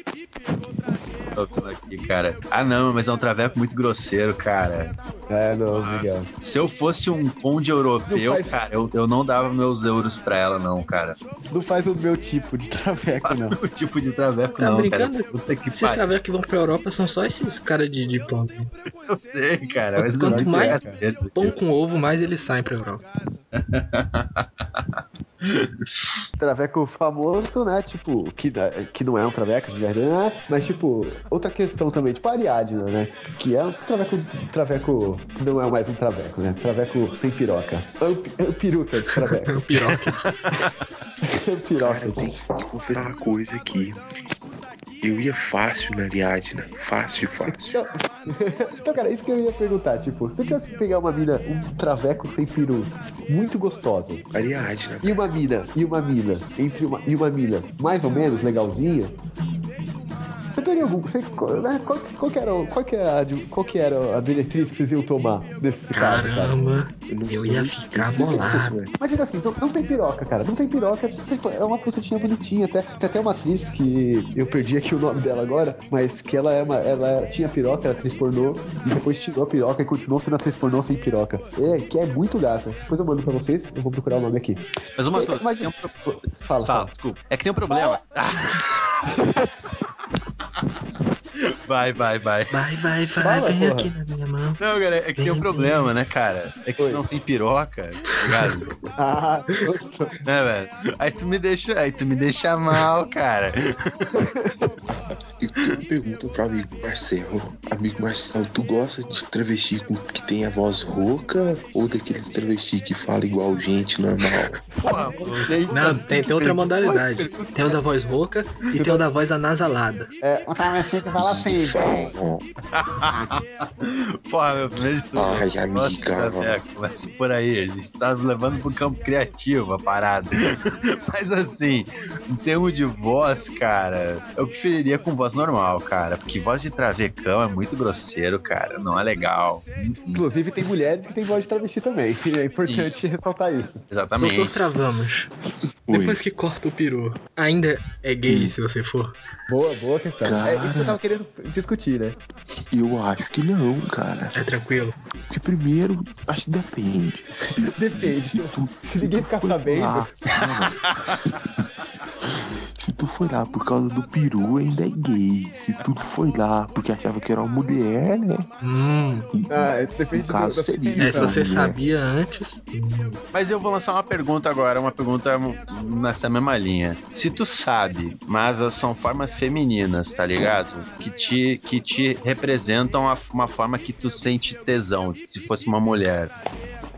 Tô vendo aqui, cara. Ah, não, mas é um traveco muito grosseiro, cara.
É, não, Miguel.
Se eu fosse um conde europeu,
Não faz-
cara, eu, eu não dava meus euros pra ela, não, cara.
Não faz o meu tipo de traveco,
Faz
não.
o tipo de traveco,
Tá
não,
brincando?
cara. Puta que
Esses
pariu,
travecos que vão pra Europa são só esses caras de, de pão.
eu sei, cara. Mas
Quanto
não
mais
interessa, gente.
Pão com ovo, mais eles saem pra Europa.
Traveco famoso, né? Tipo, que, que não é um traveco, de verdade, né? Mas, tipo, outra questão também, tipo a Ariadna, né? Que é um traveco. Traveco que não é mais um traveco, né? Traveco sem piroca. É um, pi- é um peruca de traveco.
O piroca.
É um piroca.
Cara, eu tenho que né, confessar uma coisa aqui. Eu ia fácil na Ariadna. Fácil, fácil.
Então, então, cara, isso que eu ia perguntar, tipo, se eu tivesse que pegar uma mina, um traveco sem peru, muito gostosa,
Ariadna.
e uma mina, e uma mina, entre uma e uma mina, mais ou menos legalzinha. Você teria algum. Você, qual, né, qual, qual que era, o- qual, que era a, de- qual que era a diretriz que vocês iam tomar nesse caso, cara?
Caramba,
não-
eu ia ficar bolado.
Imagina assim, não, não tem piroca, cara. Não tem piroca. Tipo, é uma pulsetinha bonitinha. Até, tem até uma atriz que eu perdi aqui o nome dela agora, mas que ela é uma. Ela tinha piroca, era atriz pornô, e depois tirou a piroca e continuou sendo atriz pornô sem piroca. É, que é muito gata. Depois eu mando pra vocês, eu vou procurar o nome aqui.
Mas uma coisa, tem
Imagina-
um pro-
Fala,
Fala,
fala.
desculpa. É que tem um problema. Ah. Vai, vai, vai.
Vai, vai, vai,
Fala,
vem
porra.
aqui na minha mão.
Não, cara, é que tem um problema, né, cara? É que
Oi.
se não tem piroca, tá ligado?
Ah, gostou.
né, velho? Aí tu me deixa, aí tu me deixa mal, cara.
Eu tenho uma pergunta pro amigo Marcelo. Amigo Marcelo, tu gosta de travesti com- que tem a voz rouca ou daqueles travesti que fala igual gente normal?
Porra, você-
Não, tem, tem outra modalidade. Tem o da voz rouca e tem o da voz anasalada.
É, um travesti que fala assim.
Isso, ó.
Porra, meu primeiro estudo.
Ai, amiga,
é, Começa por aí, a gente tá levando pro campo criativo a parada. Mas assim, em termos de voz, cara, eu preferiria com voz normal, cara. Porque voz de travecão é muito grosseiro, cara. Não é legal.
Inclusive, tem mulheres que têm voz de travesti também. É importante ressaltar isso.
Doutor
Exatamente.
Travamos,
Oi.
depois que corta o peru, ainda é gay
Hum.
se você for?
Boa, boa questão.
Cara.
É isso que eu tava querendo discutir, né?
Eu acho que não, cara.
É tranquilo?
Porque primeiro, acho que depende. Se,
Depende.
Se, se tu,
Se ninguém
tu
ficar
for
sabendo.
lá, cara, se, Se tu foi lá por causa do peru, ainda é gay. Se tu foi lá porque achava que era uma mulher, né?
Hum.
Ah, isso depende
No caso
do, da
seria.
É, se
Então,
você
né?
Mulher.
sabia antes.
Então,
Mas eu vou lançar uma pergunta agora, uma pergunta nessa mesma linha. Se tu sabe, mas as- são formas femininas, tá ligado? Que te, que te representam a- uma forma que tu sente tesão, se fosse uma mulher.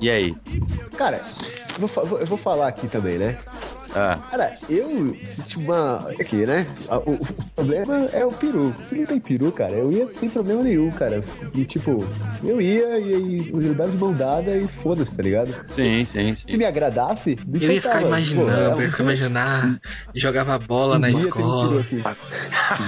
E aí?
Cara, eu vou, fa- eu vou falar aqui também, né?
Ah,
Cara, eu senti uma. Aqui, né? A- O, o problema é o peru. Se não tem peru, cara, eu ia sem problema nenhum, cara. E tipo, eu ia e aí eu dava de mão dada e foda-se, tá ligado?
sim, sim,
Se
sim.
me agradasse, me
Eu ia ficar
encantava. Pô, é um-
imaginando, eu ia ficar imaginando. ah, Jogava bola na
um dia tem um
escola,
peru aqui.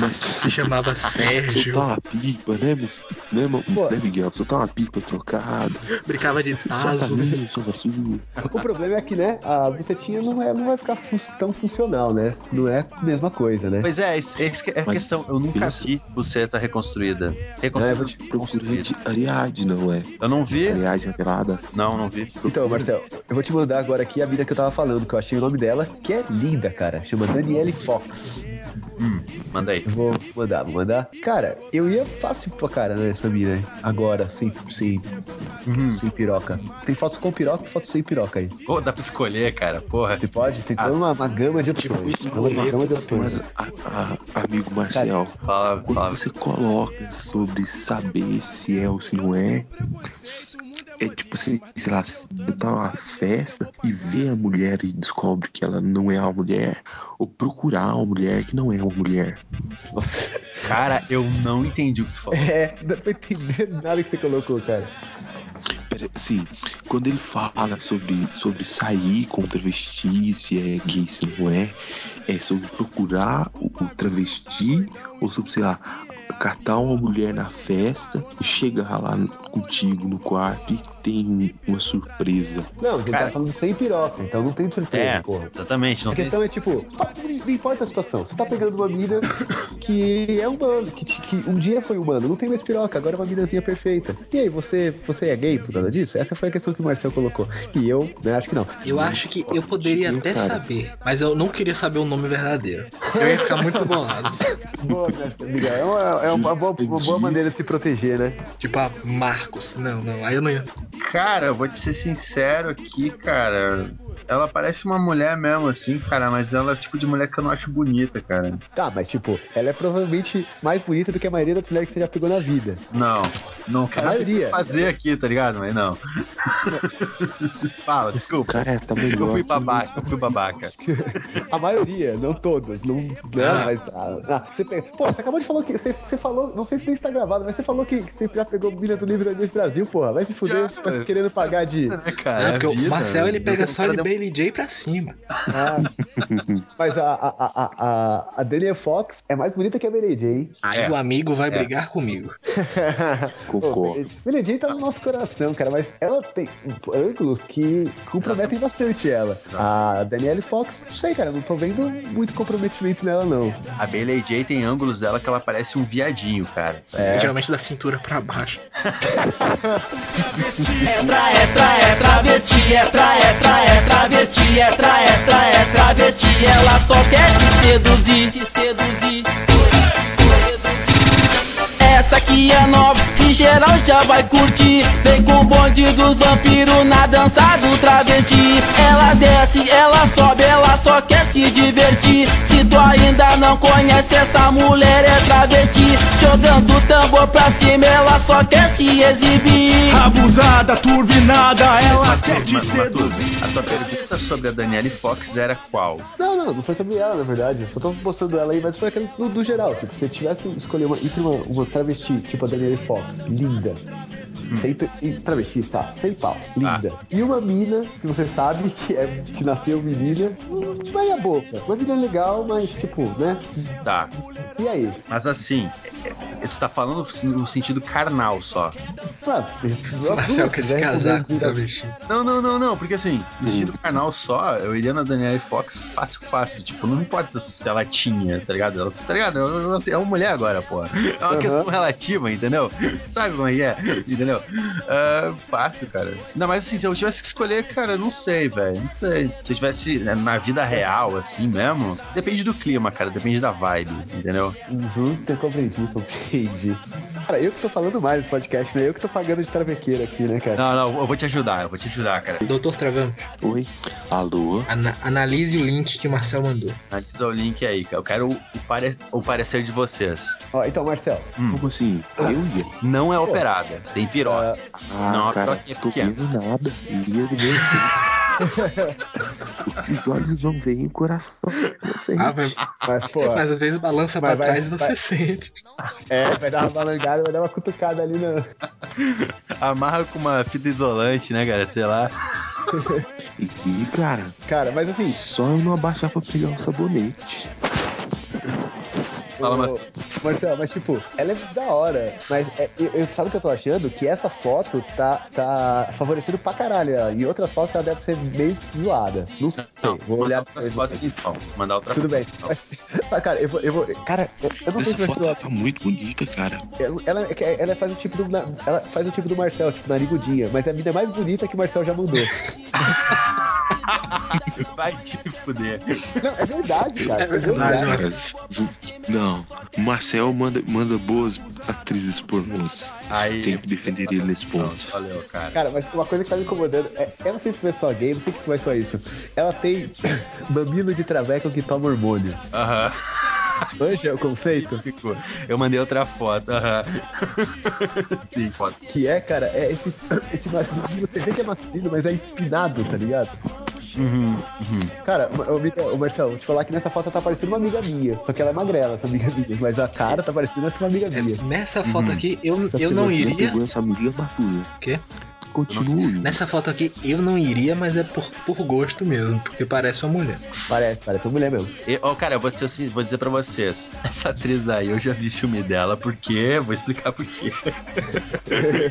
Mas
se chamava Sérgio,
soltar uma pipa, né, meu- né, mano?
Pô.
né, Miguel? Soltar uma pipa trocada.
brincava de
Solta
né?
taso.
minha, solta assim. sua.
O problema é que, né? A bucetinha não, é, não vai ficar fun- tão funcional, né? Não é a mesma coisa, né?
Pois é, esse- esse que é a
Mas
questão. Eu nunca
isso-
vi buceta reconstruída.
É, eu vou
Reconstruída.
te-
Procurei de Ariadne, não é?
Eu não vi.
Ariadne na pelada.
Não, não vi.
Então, Marcel, eu vou te mandar agora aqui a mina que eu tava falando, que eu achei o nome dela, que é linda, cara. Chama Daniele Fox.
Manda aí.
Eu Vou mandar, vou mandar. Cara, eu ia fácil pra cara nessa mina aí, agora, sem, sem,
Uhum.
sem piroca. Tem foto com piroca e foto sem piroca aí.
Pô, dá pra escolher, cara. Porra.
Você pode? Tem
Ah.
toda uma, uma gama de opções.
Tipo,
Toda uma gama de
Mas,
opções.
a- a- amigo Marcel,
Fala,
quando
fala.
você coloca sobre saber se é ou se não é, é tipo, assim, sei lá, se você tá numa festa e vê a mulher e descobre que ela não é uma mulher, ou procurar uma mulher que não é uma mulher.
Nossa.
Cara, eu não entendi o que tu falou.
É, não tô entendendo nada que você colocou, cara.
Pera- Assim, quando ele fala sobre, sobre sair com o travesti, se é gay, se não é, é sobre procurar o, o travesti, ou sobre, sei lá, catar uma mulher na festa e chegar lá no- contigo no quarto e tem uma surpresa.
Não, ele
Cara.
tá falando sem piroca, então não tem surpresa,
É,
porra.
exatamente. Não
A
tem
questão é tipo, não importa a situação. Você tá pegando uma mina que é humano, que, te- que um dia foi humano, não tem mais piroca, agora é uma minazinha perfeita. E aí, você, você é gay por causa disso? Essa foi a questão que o Marcel colocou. E eu, né, acho que não.
Eu acho que eu poderia
Sim,
até
cara.
saber, mas eu não queria saber o nome verdadeiro. Eu ia ficar muito bolado.
Boa, Miguel. É uma, é uma boa, uma boa maneira de se proteger, né?
Tipo, ah, Marcos. Não, não, aí eu não ia.
Cara, eu vou te ser sincero aqui, cara. Ela parece uma mulher mesmo, assim, cara, mas ela é o tipo de mulher que eu não acho bonita, cara.
Tá, mas tipo, ela é provavelmente mais bonita do que a maioria das mulheres que você já pegou na vida.
Não, não quero
maioria.
fazer aqui, tá ligado? Mas não. Fala,
O
desculpa.
cara tá melhor.
Eu fui
que
babaca, eu fui babaca.
A maioria, não todas. Não, não mas. Ah, ah, você pega- Pô, você acabou de falar que. Você, você falou, não sei se nem está gravado, mas você falou que, que você já pegou mina do livro da Miss Brasil, porra. Vai se fuder,
Já,
fica
mas-
querendo pagar de.
É, cara,
Não,
é
porque
vida,
o Marcel ele
né?
pega
Eu
só
quero
de
dar um-
Bailey J pra cima.
Ah, mas a, a, a, a, a Daniel Fox é mais bonita que a Mary Jane, hein?
Aí
É.
o amigo vai
É.
brigar comigo.
Concordo.
Mary Jane tá no nosso coração, cara, mas ela tem ângulos que comprometem bastante ela. A Danielle Fox, não sei, cara, não tô vendo muito comprometimento nela, não.
A Bailey J tem ângulos dela que ela parece um viadinho, cara.
É.
Geralmente da cintura pra baixo.
É é Essa aqui é nova, que geral já vai curtir. Vem com o bonde dos vampiros na dança do travesti. Ela desce, ela sobe, ela só quer se divertir. Se tu ainda não conhece, essa mulher é travesti. Jogando tambor pra cima, ela só quer se exibir. Abusada, turbinada, ela quer te seduzir.
A tua pergunta sobre a Danielle Fox era qual?
Não, não, não foi sobre ela, na verdade. Eu Só tô postando ela aí, mas foi aquele do, do geral. Tipo, se você tivesse que escolher uma, entre uma, uma travesti, tipo a Danielle Fox, linda.
Hum.
Sem, pe- e travesti, tá? Sem pau, linda.
Ah.
E uma mina, que você sabe que, é, que nasceu menina, hum, meia boca. Mas ele é legal, mas tipo, né?
Tá,
E aí?
mas assim, é- é- tu tá falando no sentido carnal só.
Marcel quer
né?
se casar com travesti.
Não, não, não, não, porque assim, no sentido carnal só, eu iria na Daniela Fox fácil, fácil. Tipo, não importa se ela tinha, tá ligado? Ela, tá ligado? É uma mulher agora, pô. É uma questão relativa, entendeu? Sabe como é que é? Entendeu? Ah, fácil, cara. Ainda mais assim, se eu tivesse que escolher, cara, não sei, velho. Não sei. Se eu tivesse né, na vida real, assim mesmo, depende do clima, cara. Depende da vibe, entendeu?
Uhum, eu compreendi, compreendi. Cara, eu que tô falando mais no podcast, né? Eu que tô pagando de travequeiro aqui, né, cara?
Não, não, eu vou te ajudar, eu vou te ajudar, cara.
Doutor Travante.
Oi.
Hum.
Alô?
Ana- analise o link que o Marcel mandou.
Analisa o link aí, cara. Eu quero o, pare- o parecer de vocês.
Ó, então, Marcel,
Como assim? Eu ia.
Não é operada, tem piroca.
Ah,
Não, a
cara,
piroquinha é
tô
pequena.
vendo nada. Iria do meu jeito. O que os olhos não veem, o coração não sei.
Ah, mas,
mas, pô,
mas às vezes balança
Mas
pra
vai-
trás e você
vai-
sente.
é, vai dar uma balangada, vai dar uma cutucada ali na.
Amarra com uma fita isolante, né, cara? Sei lá.
E que, cara,
Cara, mas assim,
só eu não abaixar pra pegar um sabonete.
Fala,
Ô, Marcelo, mas tipo, ela é da hora. Mas é, eu, eu- sabe o que eu tô achando? Que essa foto tá, tá favorecendo pra caralho. ela. Em outras fotos ela deve ser meio zoada. Não sei.
Não,
vou olhar
outras
depois.
fotos então. Mandar outra então.
Tudo bem.
Não.
Mas, ah, cara, eu vou. Eu vou cara, eu, eu não sei
Essa
se vai
foto ela tá muito bonita, cara.
ser- ela, é que ela faz o tipo do. na- Ela faz o tipo do Marcel, tipo, narigudinha. Mas a mina é mais bonita que o Marcel já mandou.
Vai te fuder.
não, é verdade, cara. É
verdade,
verdade.
Cara, s- não. O Marcel manda, manda boas atrizes pornôs.
Aí.
Tem que defender ele nesse
Não,
ponto.
valeu, cara.
Cara, mas uma coisa que tá me incomodando é. Eu não sei se não é só gay, não sei se não é só isso. Ela tem mamilo de traveco que toma hormônio.
Aham.
Manja o conceito?
Ficou. Eu mandei outra foto. Aham. Sim, foto.
Que é, cara, é esse, esse masculino, você vê que é masculino, mas é empinado, tá ligado?
Uhum.
Cara, o, o, Marcelo, vou te falar que nessa foto tá parecendo uma amiga minha. Só que ela é magrela, essa amiga minha. Mas a cara tá parecendo essa amiga minha.
É, Nessa foto
Uhum.
aqui, eu,
Tá
Essa
eu não
filosofia
iria.
pegou essa amiga Matusa.
Quê?
Continue.
Nessa foto aqui, eu não iria, mas é por, por gosto mesmo, porque parece uma mulher.
Parece, parece uma mulher mesmo.
E, ó, cara, eu vou, ser assim- vou dizer pra vocês. Essa atriz aí, eu já vi filme dela, porque. Vou explicar por quê.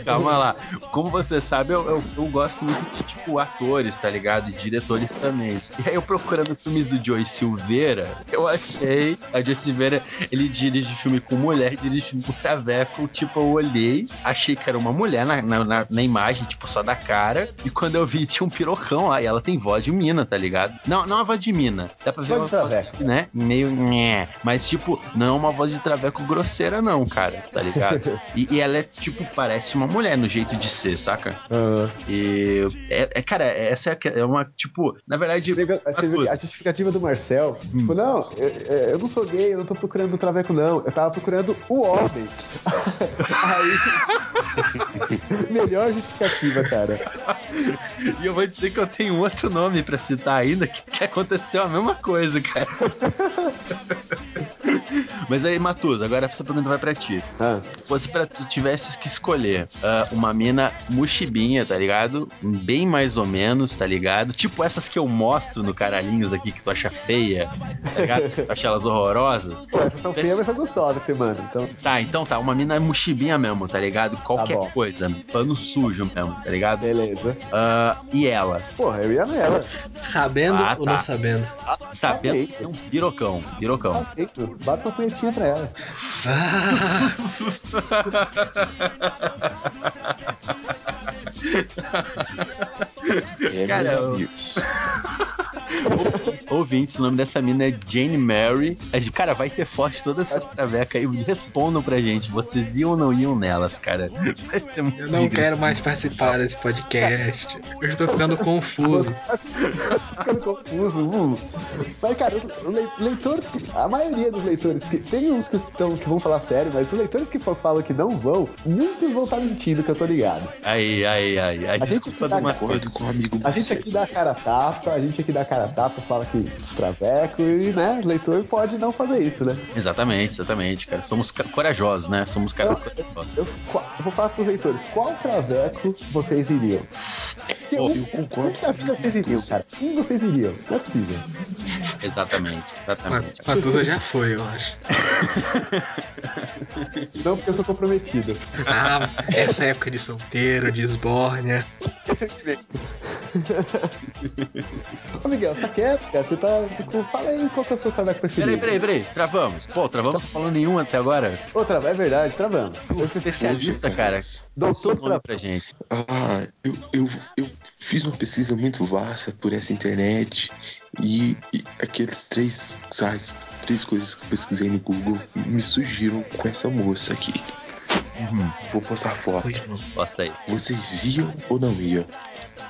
Calma lá. Como você sabe, eu, eu- eu gosto muito de, tipo, atores, tá ligado? E diretores também. E aí eu procurando filmes do Joey Silveira, eu achei. A Joey Silveira, ele dirige filme com mulher, dirige filme com traveco. Tipo, eu olhei, achei que era uma mulher na, na, na- na imagem, tipo, só da cara. E quando eu vi, tinha um pirocão lá. E ela tem voz de mina, tá ligado? Não, não é uma voz de mina. Dá pra ver
Voz
uma
de traveco.
voz, né? Meio. nhé. Mas, tipo, não é uma voz de traveco grosseira, não, cara. Tá ligado? E, e ela é, tipo, parece uma mulher no jeito de ser, saca? E. É, é, cara, essa é, a que- é uma, tipo, na verdade.
Você vê- você vê A justificativa do Marcel, tipo, não, eu, eu- eu não sou gay, eu não tô procurando o traveco, não. Eu tava procurando o homem. Aí. Melhor justificativa, cara.
E eu vou dizer que eu tenho outro nome pra citar ainda, que, que aconteceu a mesma coisa, cara. Mas aí, Matuza, agora essa pergunta vai pra ti.
Ah.
Você pra, tu tivesse que escolher ah, uma mina mochibinha, tá ligado? Bem mais ou menos, tá ligado? Tipo essas que eu mostro no Caralhinhos aqui que tu acha feia, tá ligado? Tu acha elas horrorosas.
Pô, Essas são feias, mas são gostosas, você manda. Então,
Tá, então tá, uma mina mochibinha mesmo, tá ligado? Qualquer
bom.
coisa, pano sujo mesmo, tá ligado?
beleza.
Ah, e ela?
Porra, eu ia nela.
Sabendo
Ah,
ou
tá.
não sabendo?
Sabendo que é um pirocão, pirocão.
Tá feito. Bate uma punhetinha pra ela.
Ah,
É,
Cara,
meus
eu-
amigos.
Ouvintes, o nome dessa mina é Jane Mary. A gente- Cara, vai ter foto de todas essas travecas aí. Respondam pra gente, vocês iam ou não iam nelas, cara? Vai ser muito
eu não
divertido.
quero mais participar desse podcast. Eu estou ficando confuso.
Ficando confuso. hum. Mas, cara, os le- leitores, que- a maioria dos leitores, que tem uns que, estão, que vão falar sério, mas os leitores que fa- falam que não vão, muitos vão estar mentindo, que eu tô ligado.
Aí, aí, aí. A,
gente
desculpa
tá
do Matheus.
Concordo com o amigo
A gente aqui dá a cara a tapa, a gente aqui dá a cara a tapa, fala que traveco e, né, o leitor pode não fazer isso, né?
Exatamente, exatamente, cara. Somos ca- corajosos, né? Somos caras corajosos.
Eu, qual- eu vou falar pros leitores, qual traveco vocês iriam? Porque
Pô,
um-
Eu
um
concordo com o
traveco
amigo
vocês iriam, cara. Um vocês iriam, não é possível.
Tá
Ah,
Exatamente, exatamente.
Matusa já foi, eu acho.
Não, porque eu sou comprometido.
Ah, essa época de solteiro, de esbórnia.
Ô, Miguel, você tá quieto, cara? Você tá. Tipo, fala aí qual que é o seu trabalho preferido.
Peraí, peraí, peraí. Travamos. Pô, travamos tá. falando nenhum até agora.
Ô, trava, é verdade, travamos.
Você é especialista, cara.
Doutor
Tá
Fala um pra gente.
Ah, eu, eu, eu fiz uma pesquisa muito vasta por essa internet e, e aqueles três sites, três coisas que eu pesquisei no Google me surgiram com essa moça aqui. Uhum. Vou postar foto.
Posta aí.
Vocês iam ou não iam?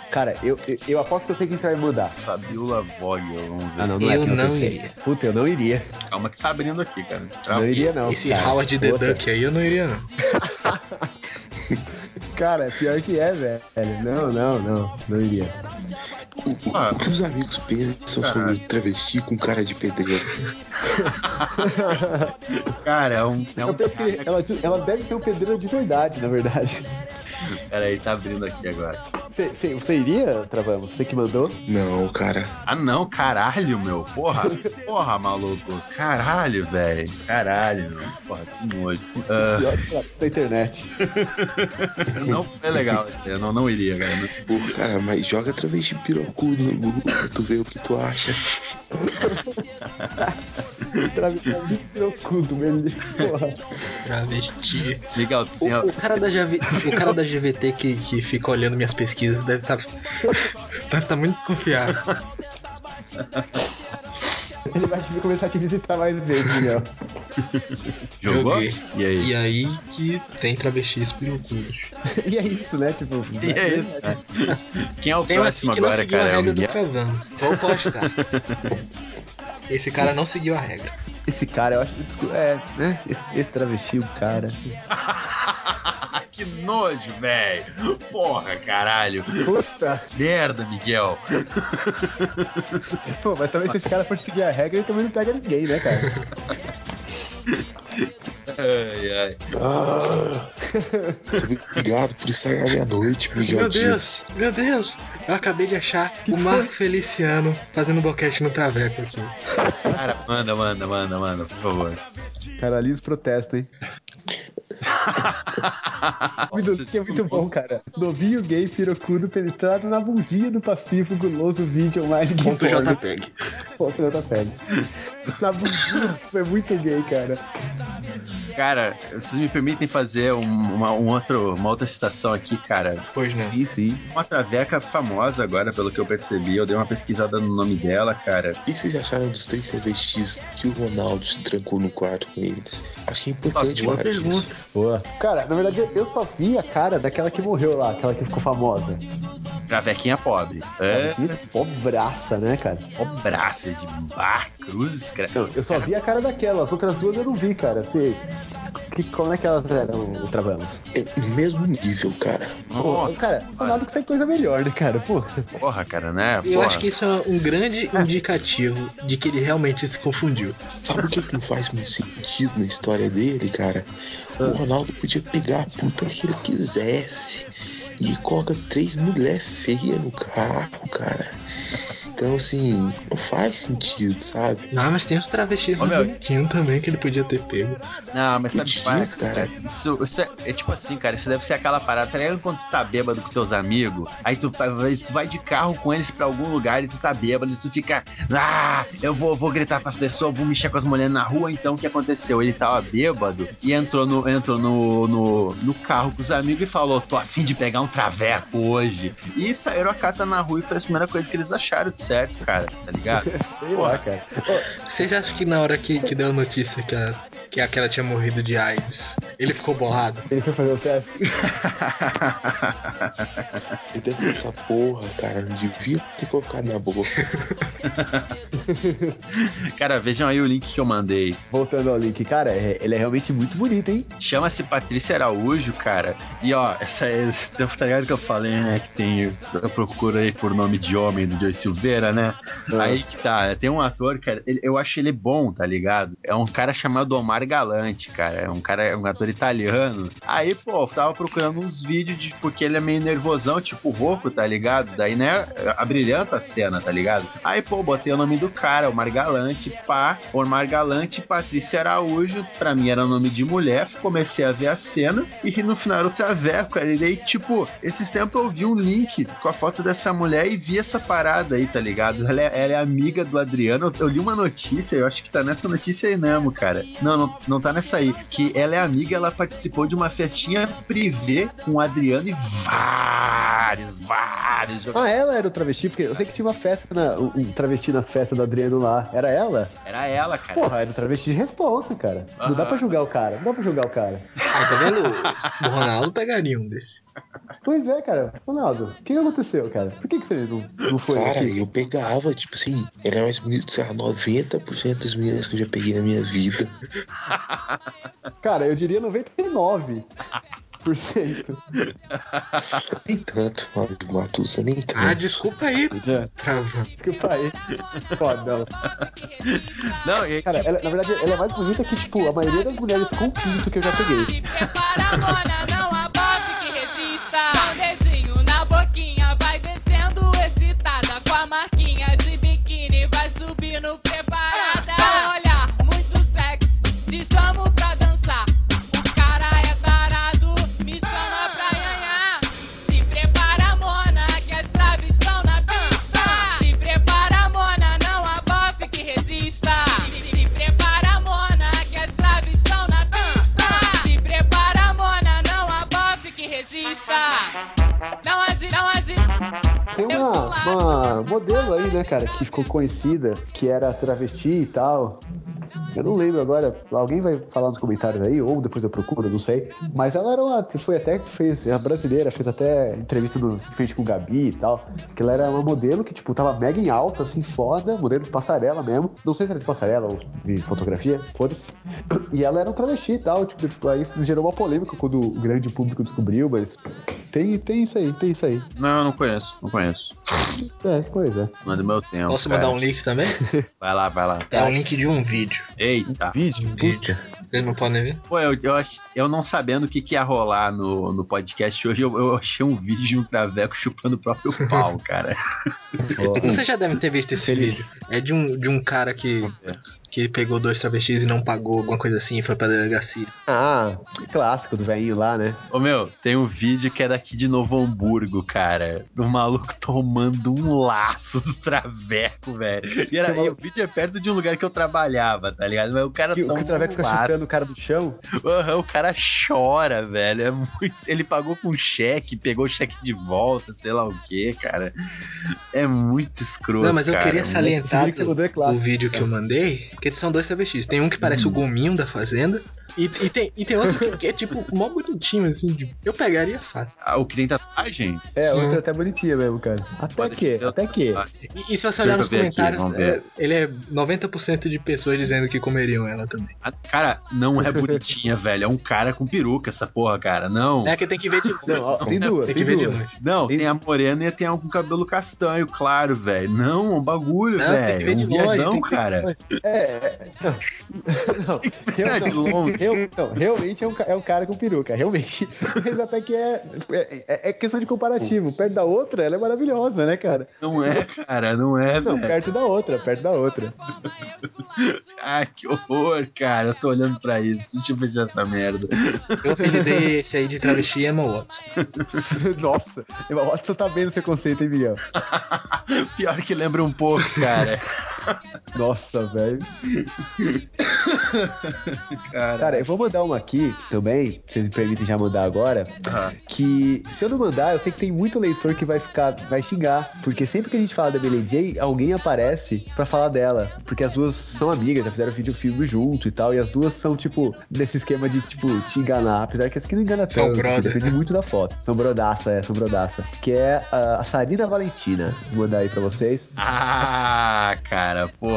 Cara, eu, eu, eu, aposto que eu sei quem que vai mudar.
Fabiola Vogel, vamos ver.
Ah, não, não eu é não, não iria.
Puta, eu não iria.
Calma que tá abrindo aqui, cara.
Não iria não.
Esse
cara.
Howard the Duck aí eu não iria não.
cara, pior que é, velho. Não, não, não. Não iria.
O,
Ah.
o que os amigos pensam ah. sobre travesti com cara de pedreiro?
cara, é um. É um...
Que ela, ela deve ter um pedreiro de verdade, na verdade.
Peraí, tá abrindo aqui agora.
Cê, cê, você iria, Travamos? Você que mandou?
Não, cara.
Ah, não, caralho, meu. Porra, porra, maluco. Caralho, velho. Caralho, meu. Porra, que nojo.
Uh... da internet.
não é legal. Eu não, não iria, cara.
Pô, cara, mas joga travesti pirocudo no Google pra tu ver o que tu acha.
travesti pirocudo, meu porra.
Travesti.
Legal.
O, o, cara da Javi... o cara da GVT que, que fica olhando minhas pesquisas deve estar tá, deve tá muito desconfiado.
Ele vai te começar a te visitar mais vezes, Miguel.
Jogou? Joguei.
E aí? E aí que tem travestis pelucudos.
e é isso, né? Tipo,
e é isso. É. Quem é o tem próximo agora, cara?
A
é o
Miguel? Vou postar. Esse cara não seguiu a regra.
Esse cara, eu acho que. É, né? Esse, esse travesti, o cara.
Ah, que nojo, velho. Porra, caralho.
Puta.
Merda, Miguel.
Pô, mas também se esse cara for seguir a regra, ele também não pega ninguém, né, cara?
Ai, ai. Ah,
obrigado por estragar minha noite, Miguel.
Meu Deus, meu Deus. Eu acabei de achar que o Marco foi? Feliciano fazendo boquete no Traveco aqui.
Cara, manda, manda, manda, manda, por favor.
Cara, ali os protestos, hein? Minutinho é muito bom, cara. Novinho gay pirocudo penetrado na bundinha do passivo guloso vídeo online.
Ponto
tá-
JPEG.
Ponto JPEG. Na bundinha foi muito gay, cara.
Cara, vocês me permitem fazer um, uma, um outro, uma outra citação aqui, cara?
Pois não.
Sim, sim. Uma traveca famosa agora, pelo que eu percebi. Eu dei uma pesquisada no nome dela, cara.
O que vocês acharam dos três CVX que o Ronaldo se trancou no quarto com eles? Acho que é importante
Boa pergunta. Isso.
Boa. Cara, na verdade, eu só vi a cara daquela que morreu lá, aquela que ficou famosa.
Travequinha pobre.
É. Isso, pobraça, né, cara?
Pobraça de bar, cruzes, cara.
Não, eu só vi a cara daquela, as outras duas eu não vi, cara. Você, que, como é que elas eram o Travamos?
É, no mesmo nível, cara.
Nossa, Pô, cara, nada que sai coisa melhor, né, cara? Pô.
Porra, cara, né?
Eu
Porra.
acho que isso é um grande indicativo de que ele realmente se confundiu.
Sabe o que, que não faz muito sentido na história dele, cara? Ah. O Ronaldo podia pegar a puta que ele quisesse e coloca três mulheres feias no carro, cara. Então, assim, não faz sentido, sabe?
Ah, mas tem os travestis oh, meu... bonitinho também que ele podia ter pego.
Não, mas sabe, para, cara, isso, isso é, é, tipo assim, cara, isso deve ser aquela parada, tá ligado? Quando tu tá bêbado com teus amigos, aí tu, tu vai de carro com eles pra algum lugar e tu tá bêbado e tu fica, ah, eu vou, vou gritar pras pessoas, vou mexer com as mulheres na rua, então o que aconteceu? Ele tava bêbado e entrou no, entrou no, no, no carro com os amigos e falou, tô afim de pegar um traveco hoje. E saíram a cata na rua e foi a primeira coisa que eles acharam de certo, cara, tá ligado?
Porra, cara.
Vocês acham que na hora que, que deu a notícia que a, que aquela tinha morrido de AIDS, ele ficou bolado?
Ele foi fazer o teste.
ele deve essa porra, cara, não devia ter colocado na boca.
cara, vejam aí o link que eu mandei.
Voltando ao link, cara, ele é realmente muito bonito, hein?
Chama-se Patrícia Araújo, cara. E ó, essa é. Tá ligado que eu falei, né? Que tem. Eu procurei por nome de homem do Joy Silveira, né? É. Aí que tá. Tem um ator, cara. Ele, eu acho ele bom, tá ligado? É um cara chamado Omar. Omar Galante, cara. É um cara, é um ator italiano. Aí, pô, eu tava procurando uns vídeos de. Porque ele é meio nervosão, tipo rouco, tá ligado? Daí, né, abrilhanta a cena, tá ligado? Aí, pô, botei o nome do cara, Omar Galante, pá. Omar Galante, Patrícia Araújo, pra mim era nome de mulher. Comecei a ver a cena e no final era o Traveco, cara. E daí, tipo, esses tempos eu vi um link com a foto dessa mulher e vi essa parada aí, tá ligado? Ela é, ela é amiga do Adriano. Eu, eu li uma notícia, eu acho que tá nessa notícia aí mesmo, cara. Não, não, não tá nessa aí. Que ela é amiga, ela participou de uma festinha privê com o Adriano e vários, vários
jogadores. Ah, ela era o travesti, porque eu sei que tinha uma festa, na, um travesti nas festas do Adriano lá. Era ela?
Era ela, cara.
Porra, era o travesti de responsa, cara. Uhum. Não dá pra julgar o cara, não dá pra julgar o cara.
Ah, tá vendo? O Ronaldo pegaria um desse.
Pois é, cara. Ronaldo, o que aconteceu, cara? Por que, que você não, não foi?
é.
Cara, aqui? eu pegava, tipo assim, era mais bonito, sei lá, 90% das meninas que eu já peguei na minha vida.
cara, eu diria 99%.
nem tanto, mano, Matusa, nem tanto.
Ah, desculpa aí. Trava.
Desculpa aí. Foda.
Não, e...
Cara, ela, na verdade, ela é mais bonita que, tipo, a maioria das mulheres com pinto que eu já peguei.
é Um marquinha de biquíni vai subindo preparada. Olha, muito sexo, te chamo pra dançar. O cara é tarado, me chama pra ganhar. Se prepara, mona, que as chaves estão na pista. Se prepara, mona, não abafe que resista. Se prepara, mona, que as chaves estão na pista. Se prepara, mona, não abafe que resista. Não adianta, não adianta.
Tem uma, uma modelo aí, né, cara, que ficou conhecida, que era travesti e tal. Eu não lembro agora, alguém vai falar nos comentários aí, ou depois eu procuro, não sei. Mas ela era uma, foi até que fez, a brasileira, fez até entrevista do Frente com o Gabi e tal. Que ela era uma modelo que, tipo, tava mega em alta, assim, foda, modelo de passarela mesmo. Não sei se era de passarela ou de fotografia, foda-se. E ela era um travesti e tal, tipo, aí gerou uma polêmica quando o grande público descobriu, mas tem, tem isso aí, tem isso aí.
Não, não conheço, não conheço.
É, pois é.
Manda meu tempo.
Posso cara. mandar um link também?
Vai lá, vai lá.
É um link de um vídeo.
Eita.
Um vídeo? Um
vídeo. Vocês não podem ver?
Pô, eu, eu, eu não sabendo o que, que ia rolar no, no podcast hoje, eu, eu achei um vídeo de um traveco chupando o próprio pau, cara.
Você já deve ter visto esse vídeo. É de um, de um cara que que pegou dois travestis e não pagou alguma coisa assim e foi pra delegacia.
Ah, clássico do velhinho lá, né?
Ô meu, tem um vídeo que é daqui de Novo Hamburgo, cara. Do maluco tomando um laço do traveco, velho. E, era, e o vídeo é perto de um lugar que eu trabalhava, tá ligado? Mas o cara
que, o traveco um fica laço. chutando o cara do chão? né?
Uhum, o cara chora, velho. É muito... Ele pagou com cheque, pegou o cheque de volta, sei lá o que, cara. É muito escroto. Não,
mas eu
cara.
queria salientar é do, o vídeo que eu mandei, porque são dois travestis. Tem um que parece hum. o Gominho da Fazenda. E, e, tem, e tem outro que, que é tipo mó bonitinho, assim. De, eu pegaria fácil.
Ah, o que tem tatuagem?
É, Sim. outro é até bonitinho mesmo, cara. Até Pode Ah, que, até que.
Ah,
E, e, se você olhar nos comentários, aqui, é, ele é 90% de pessoas dizendo que comeriam ela também.
A, ah, cara, não é bonitinha, velho. É um cara com peruca, essa porra, cara. Não.
É que tem que ver de
não, ó, não, tem duas.
Tem, tem que duas. ver de
Não, tem... tem a morena e tem a com cabelo castanho, claro, velho. Não, um bagulho, não, velho. Tem que ver de um longe, viadão, cara.
É. Não. não. Eu, não. Eu, não. Realmente é um, é um cara com peruca, realmente. Mas até que é, é, é. questão de comparativo. Perto da outra, ela é maravilhosa, né, cara?
Não é, cara, não é,
Não, velho. perto da outra, perto da outra.
ah, que horror, cara. Eu tô olhando pra isso. Deixa eu fechar essa merda.
Eu apelidei esse aí de travesti Emma Watson.
Nossa, Emma Watson tá vendo seu conceito, hein, Miguel?
Pior que lembra um pouco, cara.
Nossa, velho. Cara. Cara, eu vou mandar uma aqui também, se vocês me permitem já mandar agora. Uhum. Que se eu não mandar, eu sei que tem muito leitor que vai ficar, vai xingar. Porque sempre que a gente fala da Billie J, alguém aparece pra falar dela. Porque as duas são amigas, já fizeram videofilme junto e tal. E as duas são, tipo, nesse esquema de, tipo, te enganar. Apesar que as que não engana
são né?
tanto.
Broda.
Depende muito da foto. São brodaça, é, são brodaça. Que é a, a Sarina Valentina. Vou mandar aí pra vocês.
Ah, cara, pô.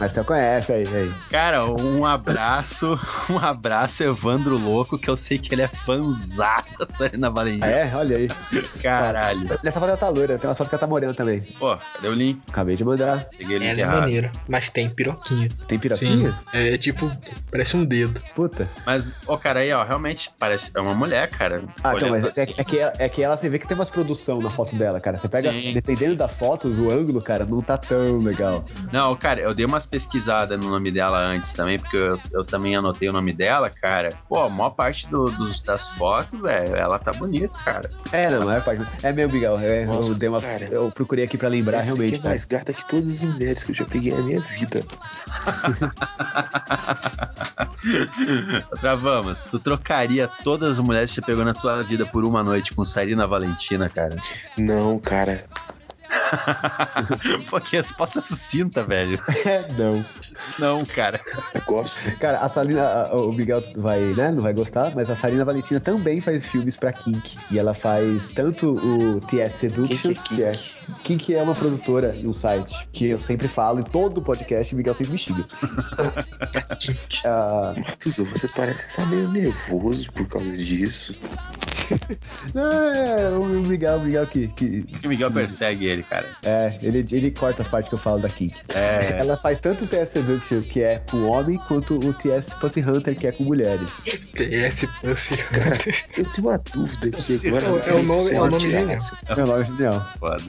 Marcel conhece, isso aí, velho.
Cara, um abraço, um abraço, Evandro Louco, que eu sei que ele é fanzato da Sarina Valentim.
É, olha aí.
Caralho.
Nessa foto ela tá loira, tem uma foto que ela tá morena também.
Pô, cadê o link?
Acabei de mandar.
Peguei ela é maneira, mas tem piroquinha.
Tem piroquinha?
Sim, é tipo, parece um dedo.
Puta.
Mas, ó, cara, aí, ó, realmente parece. É uma mulher, cara.
Ah, então, mas
assim.
é, é, que, ela- é que ela você vê que tem umas produção na foto dela, cara. Você pega,
Sim.
dependendo da foto, do ângulo, cara, não tá tão legal.
Não, cara, eu dei umas pesquisadas no nome dela antes também, porque eu, eu também anotei o nome dela, cara. Pô, a maior parte do- dos, das fotos, velho, ela tá bonita, cara.
É, não, é parte. É meu, Miguel. é, eu,
Nossa,
dei uma,
cara.
eu procurei aqui pra
Ah,
lembrar,
Essa aqui
realmente.
é
cara.
mais gata que todas as mulheres que eu já peguei na minha vida.
Travamos. Tu trocaria todas as mulheres que você pegou na tua vida por uma noite com Sarina Valentina, cara?
Não, cara.
Pô, que resposta sucinta, velho.
É, não.
Não, cara.
Eu gosto.
Cara, a Salina, a- o Miguel vai, né, não vai gostar, mas a Salina Valentina também faz filmes pra Kink. E ela faz tanto o TS Seduction,
Kink
que é
é kink.
Kink é uma produtora e um site que eu sempre falo em todo podcast, o Miguel sempre me xinga.
É
Ah,
Matuza, você parece estar meio nervoso por causa disso.
não, é, o Miguel, o Miguel que, que
O Miguel persegue ele, cara.
é, ele, ele corta as partes que eu falo da Kink.
É.
Ela faz tanto o TS Seduction, que é com homem, quanto o TS Pussy Hunter, que é com mulheres.
TS Pussy Hunter.
Eu tenho uma dúvida aqui agora.
É o- é o nome- é o nome
Tirar
genial.
essa.
Meu nome é genial.
Foda.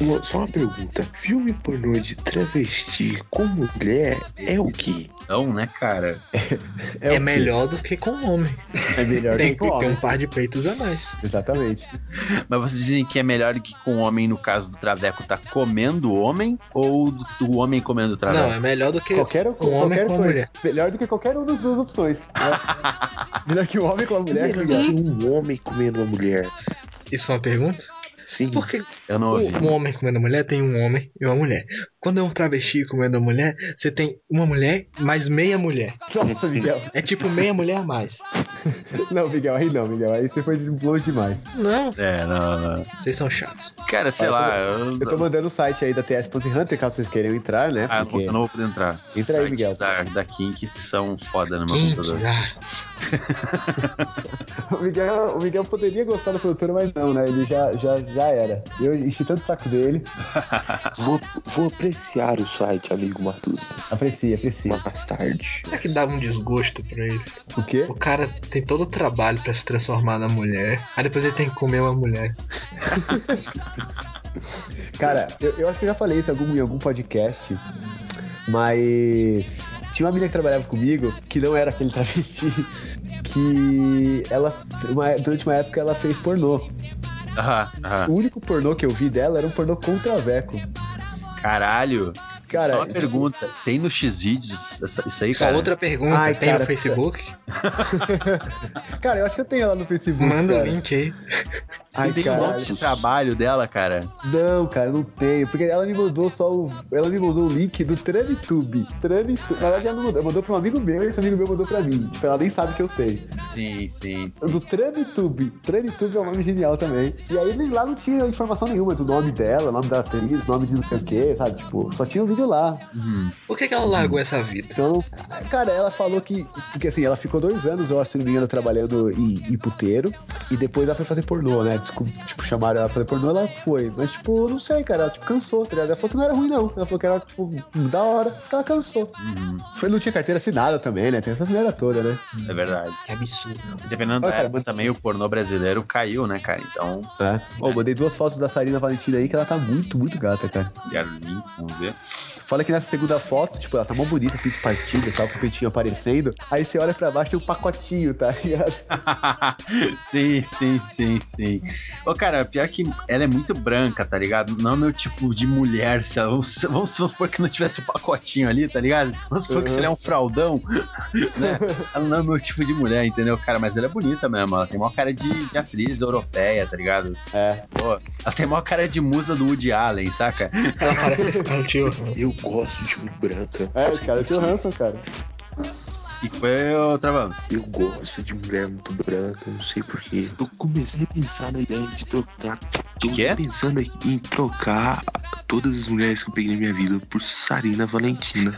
Uma- Só uma pergunta. Filme pornô de travesti com mulher é o quê?
Não, né, cara?
o
É
quê?
melhor do que com um homem.
É melhor
Tem
que com
que ter
homem.
um par de peitos a mais.
Exatamente.
Mas vocês dizem que é melhor do que com o homem, no caso do Traveco, tá comendo o homem ou do, do homem comendo o Traveco?
Não, é melhor do que
Qualquer,
um homem
qualquer
com uma
coisa.
mulher.
Melhor do que qualquer uma das duas opções. né? melhor que o homem com a mulher.
Melhor do que um homem comendo uma mulher.
Isso foi uma pergunta?
Sim.
Por que
Eu não ouvi.
um, um homem comendo mulher tem um homem e uma mulher? Quando é um travesti comendo mulher, você tem uma mulher mais meia mulher.
Nossa, Miguel.
É tipo meia mulher a mais.
Não, Miguel, aí não, Miguel. Aí você foi longe demais.
Não,
É, não, não.
vocês são chatos.
Cara, sei
Ah, Eu tô-
lá. Eu,
Eu tô mandando o site aí da TS Pussy Hunter, caso vocês queiram entrar, né?
Ah, eu não vou-
Porque...
eu não vou poder entrar.
aí,
Sites
Miguel.
Da, da Kink são foda no meu
Quem
computador.
que- ah,
o, Miguel, o Miguel poderia gostar da produtora, mas não, né? Ele já, já, já era. Eu enchi tanto o saco dele.
Vou, vou apreciar o site, amigo Matuza.
Aprecia, aprecia.
Mais tarde.
Será que dava um desgosto pra eles?
O quê?
O cara tem todo o trabalho pra se transformar na mulher, aí depois ele tem que comer uma mulher.
Cara, eu, eu acho que eu já falei isso em algum, em algum podcast, mas tinha uma menina que trabalhava comigo, que não era aquele travesti, que ela, uma- durante uma época ela fez pornô.
Aham, aham.
O único pornô que eu vi dela era um pornô com traveco.
Caralho.
Cara,
Só uma pergunta. Tem no Xvideos essa- isso aí,
Só
cara?
outra pergunta,
Ai,
tem
cara,
no Facebook?
cara, eu acho que eu tenho ela no Facebook.
Manda o
cara.
link aí.
Ai,
tem o nome
caralho.
de trabalho dela, cara.
Não, cara, não tenho. Porque ela me mandou só o. Ela me mandou o link do Tranitube. Tranitube. Na verdade, ela não mandou. Ela mandou pra um amigo meu e esse amigo meu mandou pra mim. Tipo, ela nem sabe que eu sei.
Sim, sim, sim.
Do Tranitube. Tranitube é um nome genial também. E aí eles lá não tinha informação nenhuma do nome dela, nome da atriz, nome de não sei o que, sabe? Tipo, só tinha o vídeo lá.
Uhum.
Por que, que ela largou essa vida?
Então, cara, ela falou que. Porque assim, ela ficou dois anos, eu acho, se não me engano, trabalhando em, em puteiro. E depois ela foi fazer pornô, né? Descu- Tipo, chamaram ela pra fazer pornô, ela foi. Mas, tipo, eu não sei, cara. Ela, tipo, cansou, tá ligado? Ela falou que não era ruim, não. Ela falou que era, tipo, da hora. porque Ela cansou.
Uhum.
Foi, não tinha carteira assinada também, né? Tem essas merda toda, né?
É verdade.
Que absurdo.
E Dependendo da
Olha, cara,
época,
mas-
também o pornô brasileiro caiu, né, cara? Então,
É. Ô, mandei duas fotos da Sarina Valentina aí, que ela tá muito, muito gata, cara.
quero o link, vamos ver.
Fala que nessa segunda foto, tipo, ela tá mó bonita, assim, despartida e tal, com o peitinho aparecendo. Aí você olha pra baixo, tem um pacotinho, tá ligado?
sim, sim, sim, sim. Ô, cara, pior que ela é muito branca, tá ligado? Não é meu tipo de mulher. Se ela, vamos, vamos supor que não tivesse o pacotinho ali, tá ligado? Vamos supor que se
Uhum.
ele é um fraldão, né? Ela não é meu tipo de mulher, entendeu, cara? Mas ela é bonita mesmo. Ela tem maior cara de, de atriz europeia, tá ligado?
É.
Pô, ela tem maior cara de musa do Woody Allen, saca?
Ela parece esse cara, tio.
Eu gosto de um branca.
É, cara, eu tinha o Hanson, cara.
E foi o Travamos.
Eu gosto de mulher muito branca, não sei porquê. Eu comecei a pensar na ideia de trocar.
De
é?
Tô
quê?
pensando aqui em trocar todas as mulheres que eu peguei na minha vida por Sarina Valentina.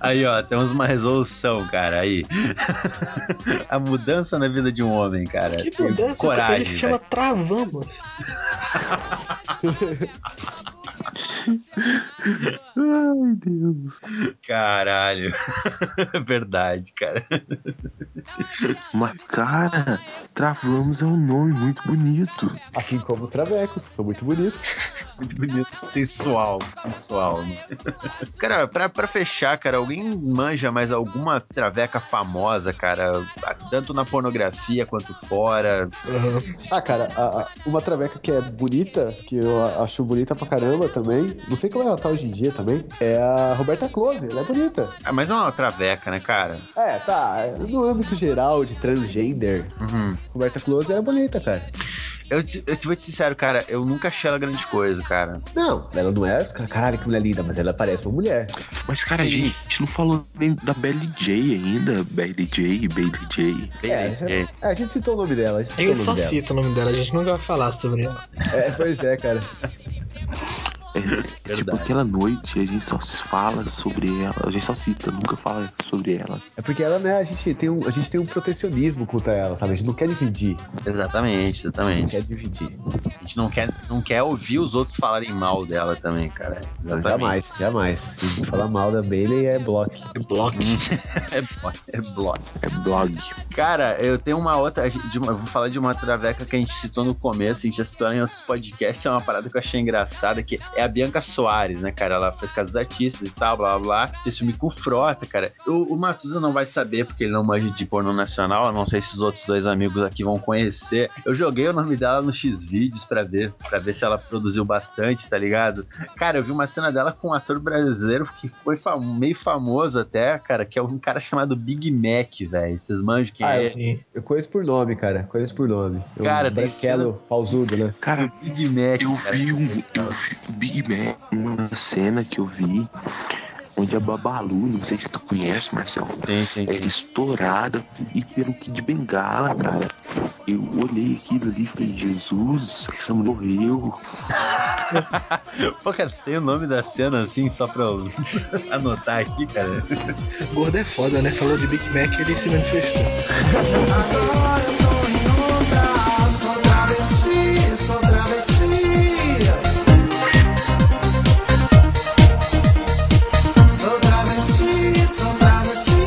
Aí, ó, temos uma resolução, cara. Aí. A mudança na vida de um homem, cara.
Que mudança?
Coragem, né?
ele se chama Travamos.
Ai, Deus. Caralho. Verdade, cara.
Mas, cara, Travamos é um nome muito bonito.
Assim como os Travecos, são muito bonitos.
Muito bonito, sensual, sensual. Né? Cara, pra, pra fechar, cara, alguém manja mais alguma traveca famosa, cara? Tanto na pornografia quanto fora.
Uhum. Ah, cara, a, a, uma traveca que é bonita, que eu acho bonita pra caramba também, não sei como ela tá hoje em dia também, é a Roberta Close, ela é bonita.
Ah, mas não é uma traveca, né, cara?
É, tá. No âmbito geral de transgender, uhum. Roberta Close era bonita, cara.
Eu, te, eu te vou te sincero, cara, eu nunca achei ela grande coisa, cara.
Não, ela não é. Caralho, que mulher linda, mas ela parece uma mulher.
Mas, cara, a gente, a gente não falou nem da Belly J ainda. Belly J, Bailey J.
É, é, a gente citou o nome dela. A
gente só cita é o nome dela, a gente nunca vai falar sobre ela.
É, pois é, cara.
É, tipo aquela noite a gente só fala sobre ela, a gente só cita, nunca fala sobre ela.
É porque ela, né, a gente tem um, a gente tem um protecionismo contra ela, sabe? A gente não quer dividir.
Exatamente, exatamente.
não quer dividir.
A gente não quer, não quer ouvir os outros falarem mal dela também, cara.
Exatamente. Não, jamais, jamais. Se falar mal da Bailey é bloco.
É bloco.
é bloco. É bloco.
É blog.
Cara, eu tenho uma outra. De uma, vou falar de uma traveca que a gente citou no começo, a gente já citou em outros podcasts, é uma parada que eu achei engraçada, que é a Bianca Soares, né, cara? Ela fez Casa dos Artistas e tal, blá blá blá. Fez filme com Frota, cara. O, o Matuza não vai saber porque ele não manja de pornô nacional. Eu não sei se os outros dois amigos aqui vão conhecer. Eu joguei o nome dela no X-Vídeos pra ver, pra ver se ela produziu bastante, tá ligado? Cara, eu vi uma cena dela com um ator brasileiro que foi fam meio famoso até, cara, que é um cara chamado Big Mac, velho. Vocês manjam quem ah, é?
assim.
Sim. Eu conheço por nome, cara. Conheço por nome.
Cara,
um branquelo, cena... pausudo, né?
Cara,
Big Mac.
é. Eu
cara,
vi um. Eu vi, Big Mac, uma cena que eu vi onde a Babalu, não sei se tu conhece, Marcelo,
sim, sim,
era estourada e pelo que de bengala, cara. Eu olhei aquilo ali e falei, Jesus, essa mulher morreu.
Pô, cara, tem o nome da cena assim, só pra eu anotar aqui, cara.
Gordo é foda, né? Falou de Big Mac ele se manifestou.
Agora eu tô em onda, sou travesti, sou travesti. Sou travesti, sou travesti.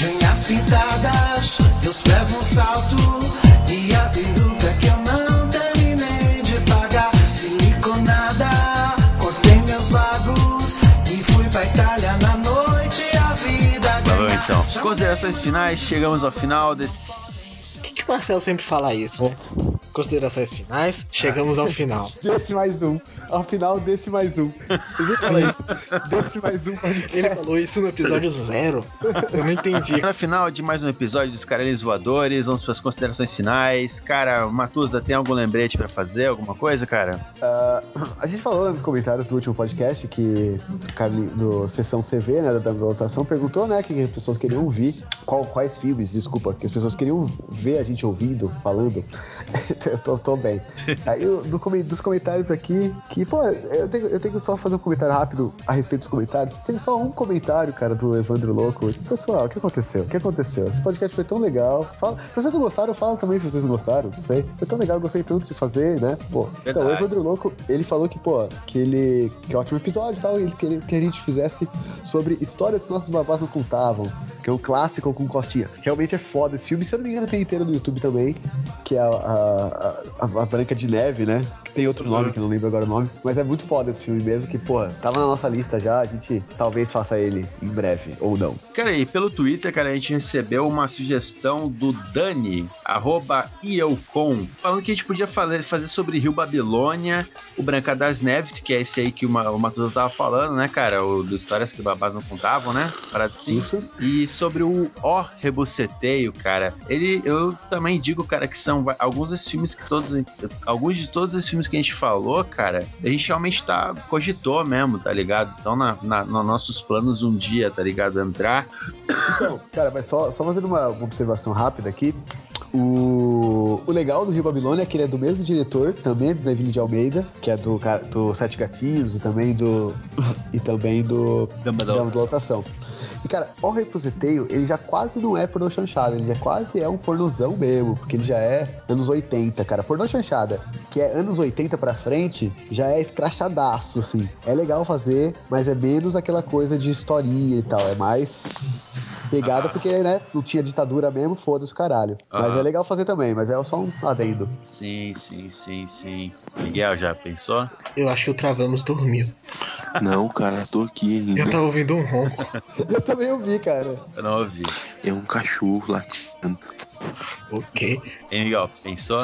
De unhas pintadas e os pés no salto. E a peruca que eu não terminei de pagar. Siliconada, cortei meus bagos e fui pra Itália na noite. A vida
ganha. Então, considerações finais, chegamos ao final desse
que Marcel sempre fala isso, né? Considerações finais, chegamos ao final.
Desse mais um. Ao final desse mais um. Ele fala isso. Desse mais um podcast.
Ele falou isso no episódio zero. Eu não entendi.
No final de mais um episódio dos Caralhos Voadores, vamos para as considerações finais. Cara, Matusa, tem algum lembrete para fazer? Alguma coisa, cara?
Uh, a gente falou nos comentários do último podcast que do Sessão CV, né, da votação, perguntou, né, que as pessoas queriam ouvir. Qual, quais filmes, desculpa, que as pessoas queriam ver a gente ouvindo, falando, eu tô, tô, bem. Aí eu, do, dos comentários aqui, que, pô, eu tenho, eu tenho só fazer um comentário rápido a respeito dos comentários. Teve só um comentário, cara, do Evandro Louco. Pessoal, o que aconteceu? O que aconteceu? Esse podcast foi tão legal. Fala, se vocês não gostaram, fala também se vocês não gostaram. Não sei. Foi tão legal, gostei tanto de fazer, né? Pô, Verdade. então, o Evandro Louco, ele falou que, pô, que ele. que é um ótimo episódio e tal, ele queria que a gente fizesse sobre histórias que nossos babás não contavam, que é um clássico com Costinha. Realmente é foda esse filme, se eu não me engano, tem inteiro no YouTube também, que é a, a, a, a, Branca de Neve, né? Que tem outro nome que não lembro agora o nome, mas é muito foda esse filme mesmo, que, porra, tava na nossa lista já, a gente talvez faça ele em breve, ou não.
Cara, e pelo Twitter, cara, a gente recebeu uma sugestão do Dani, arroba Ielcom, falando que a gente podia fazer, fazer sobre Rio Babilônia, o Branca das Neves, que é esse aí que o, o Matheus tava falando, né, cara? O do Histórias que Babás não contavam, né? Parado assim.
Isso.
E sobre o O Rebuceteio, cara. Ele, eu eu também digo, cara, que são alguns desses filmes que todos. Alguns de todos esses filmes que a gente falou, cara, a gente realmente tá. cogitou mesmo, tá ligado? Então, na, na, nos nossos planos um dia, tá ligado? Entrar.
Então, cara, mas só, só fazendo uma observação rápida aqui. O, o, o legal do Rio Babilônia é que ele é do mesmo diretor, também é do David de Almeida, que é do, cara- do Sete Gatinhos e também do. e também do.
Dumbledore.
da lotação. E cara, o Repositeio, ele já quase não é pornô chanchada, ele já quase é um pornozão mesmo, porque ele já é anos 80, cara. Pornô chanchada, que é anos 80 pra frente, já é escrachadaço, assim. É legal fazer, mas é menos aquela coisa de historinha e tal, é mais pegada, porque, né, não tinha ditadura mesmo, foda-se o caralho. Mas
Aham.
é legal fazer também, mas é só um adendo.
Sim, sim, sim, sim. Miguel, já pensou?
Eu acho que o Travamos dormiu.
Não, cara, tô aqui ainda.
Eu tava ouvindo um ronco.
Eu também ouvi, cara.
Eu não ouvi.
É um cachorro latindo.
Ok.
Hein, Miguel, pensou?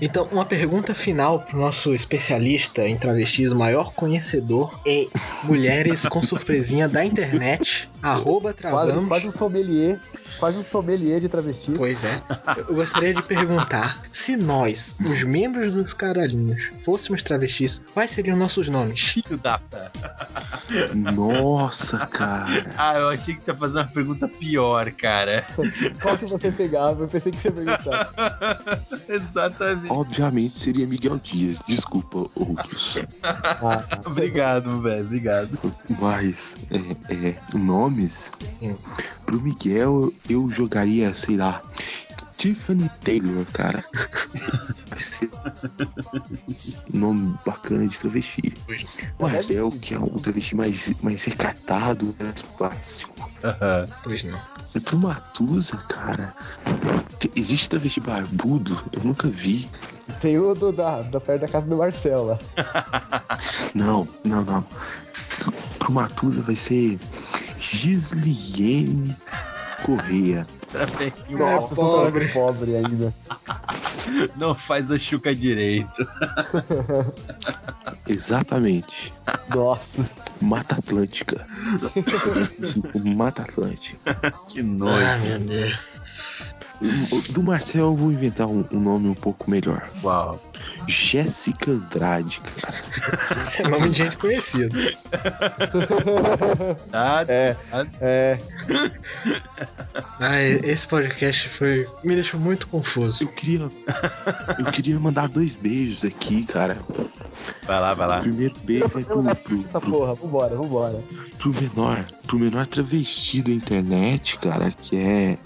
Então, uma pergunta final pro nosso especialista em travestis, o maior conhecedor em mulheres com surpresinha da internet, arroba
Quase,
travamos.
quase um sommelier, quase um sommelier de travesti.
Pois é. Eu gostaria de perguntar se nós, os membros dos caralhinhos, fôssemos travestis, quais seriam nossos nomes?
Filho da puta.
Nossa, cara.
Ah, eu achei que tu ia fazer uma pergunta pior, cara.
Qual que você pegava? Eu pensei que você ia perguntar.
Exatamente.
Obviamente seria Miguel Dias, desculpa outros.
Ah, tá.
Obrigado, velho. Obrigado.
Mas, é, é, nomes?
Sim.
Pro Miguel, eu jogaria, sei lá, Tiffany Taylor, cara. Acho que seria um nome bacana de travesti.
Pois.
Marcel, que é um travesti mais, mais recatado, mais clássico.
Aham.
Pois não.
E pro Matusa, cara, te- existe travesti barbudo? Eu nunca vi.
Tem o do, da, da perto da casa do Marcela.
Não, não, não. Pro Matusa vai ser Gisliene Correia.
Travequinho,
Nossa, sou um
pobre.
cara pobre ainda.
Não faz a chuca direito.
Exatamente.
Nossa.
Mata Atlântica. Mata Atlântica.
Que nojo.
Ah, meu Deus.
Do Marcel eu vou inventar um, um nome um pouco melhor.
Uau.
Jéssica Andrade, cara.
Esse é nome de gente conhecida.
Ah,
É, é.
Ah, esse podcast foi. me deixou muito confuso.
Eu queria. Eu queria mandar dois beijos aqui, cara.
Vai lá, vai
O
lá.
primeiro beijo é pro, pro,
Essa
pro,
porra, vambora, vambora.
pro menor. Pro menor travesti da internet, cara, que é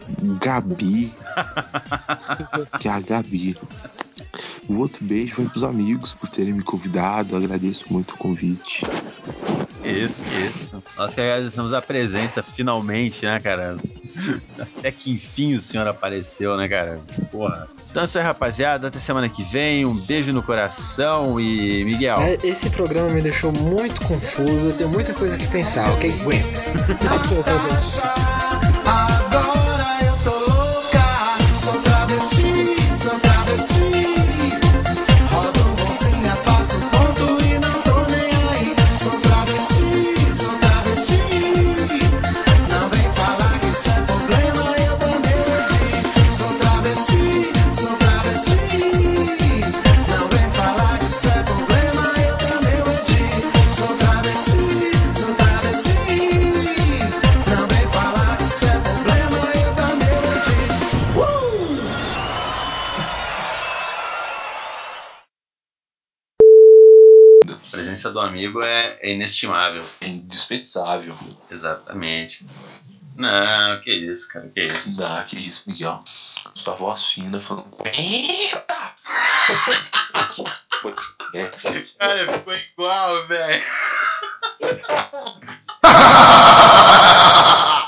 Gabi. que é a Gabi. O outro beijo foi pros amigos por terem me convidado. Agradeço muito o convite.
Isso, isso. Nós que agradecemos a presença, finalmente, né, cara? Até que enfim o senhor apareceu, né, cara? Porra. Então é isso aí, rapaziada. Até semana que vem. Um beijo no coração e. Miguel.
Ah, Esse programa me deixou muito confuso. Eu tenho muita coisa que pensar, ok? Aguenta.
Natasha, agora eu tô louca. Sou travesti, sou travesti. Rodo bolsinha, faço ponto e não tô nem aí. Sou travesti, sou travesti. Não vem falar que isso é problema, eu dou meu de. Sou travesti, sou travesti. Não vem falar que isso é problema, eu dou meu de. Sou travesti, sou travesti. Não vem falar que isso é problema, eu dou meu de. Uh!
A presença do amigo é, é inestimável.
É indispensável.
Exatamente. Não, que isso, cara, que isso.
Dá, que isso, Miguel. Sua voz fina falando.
Cara, ficou igual, velho.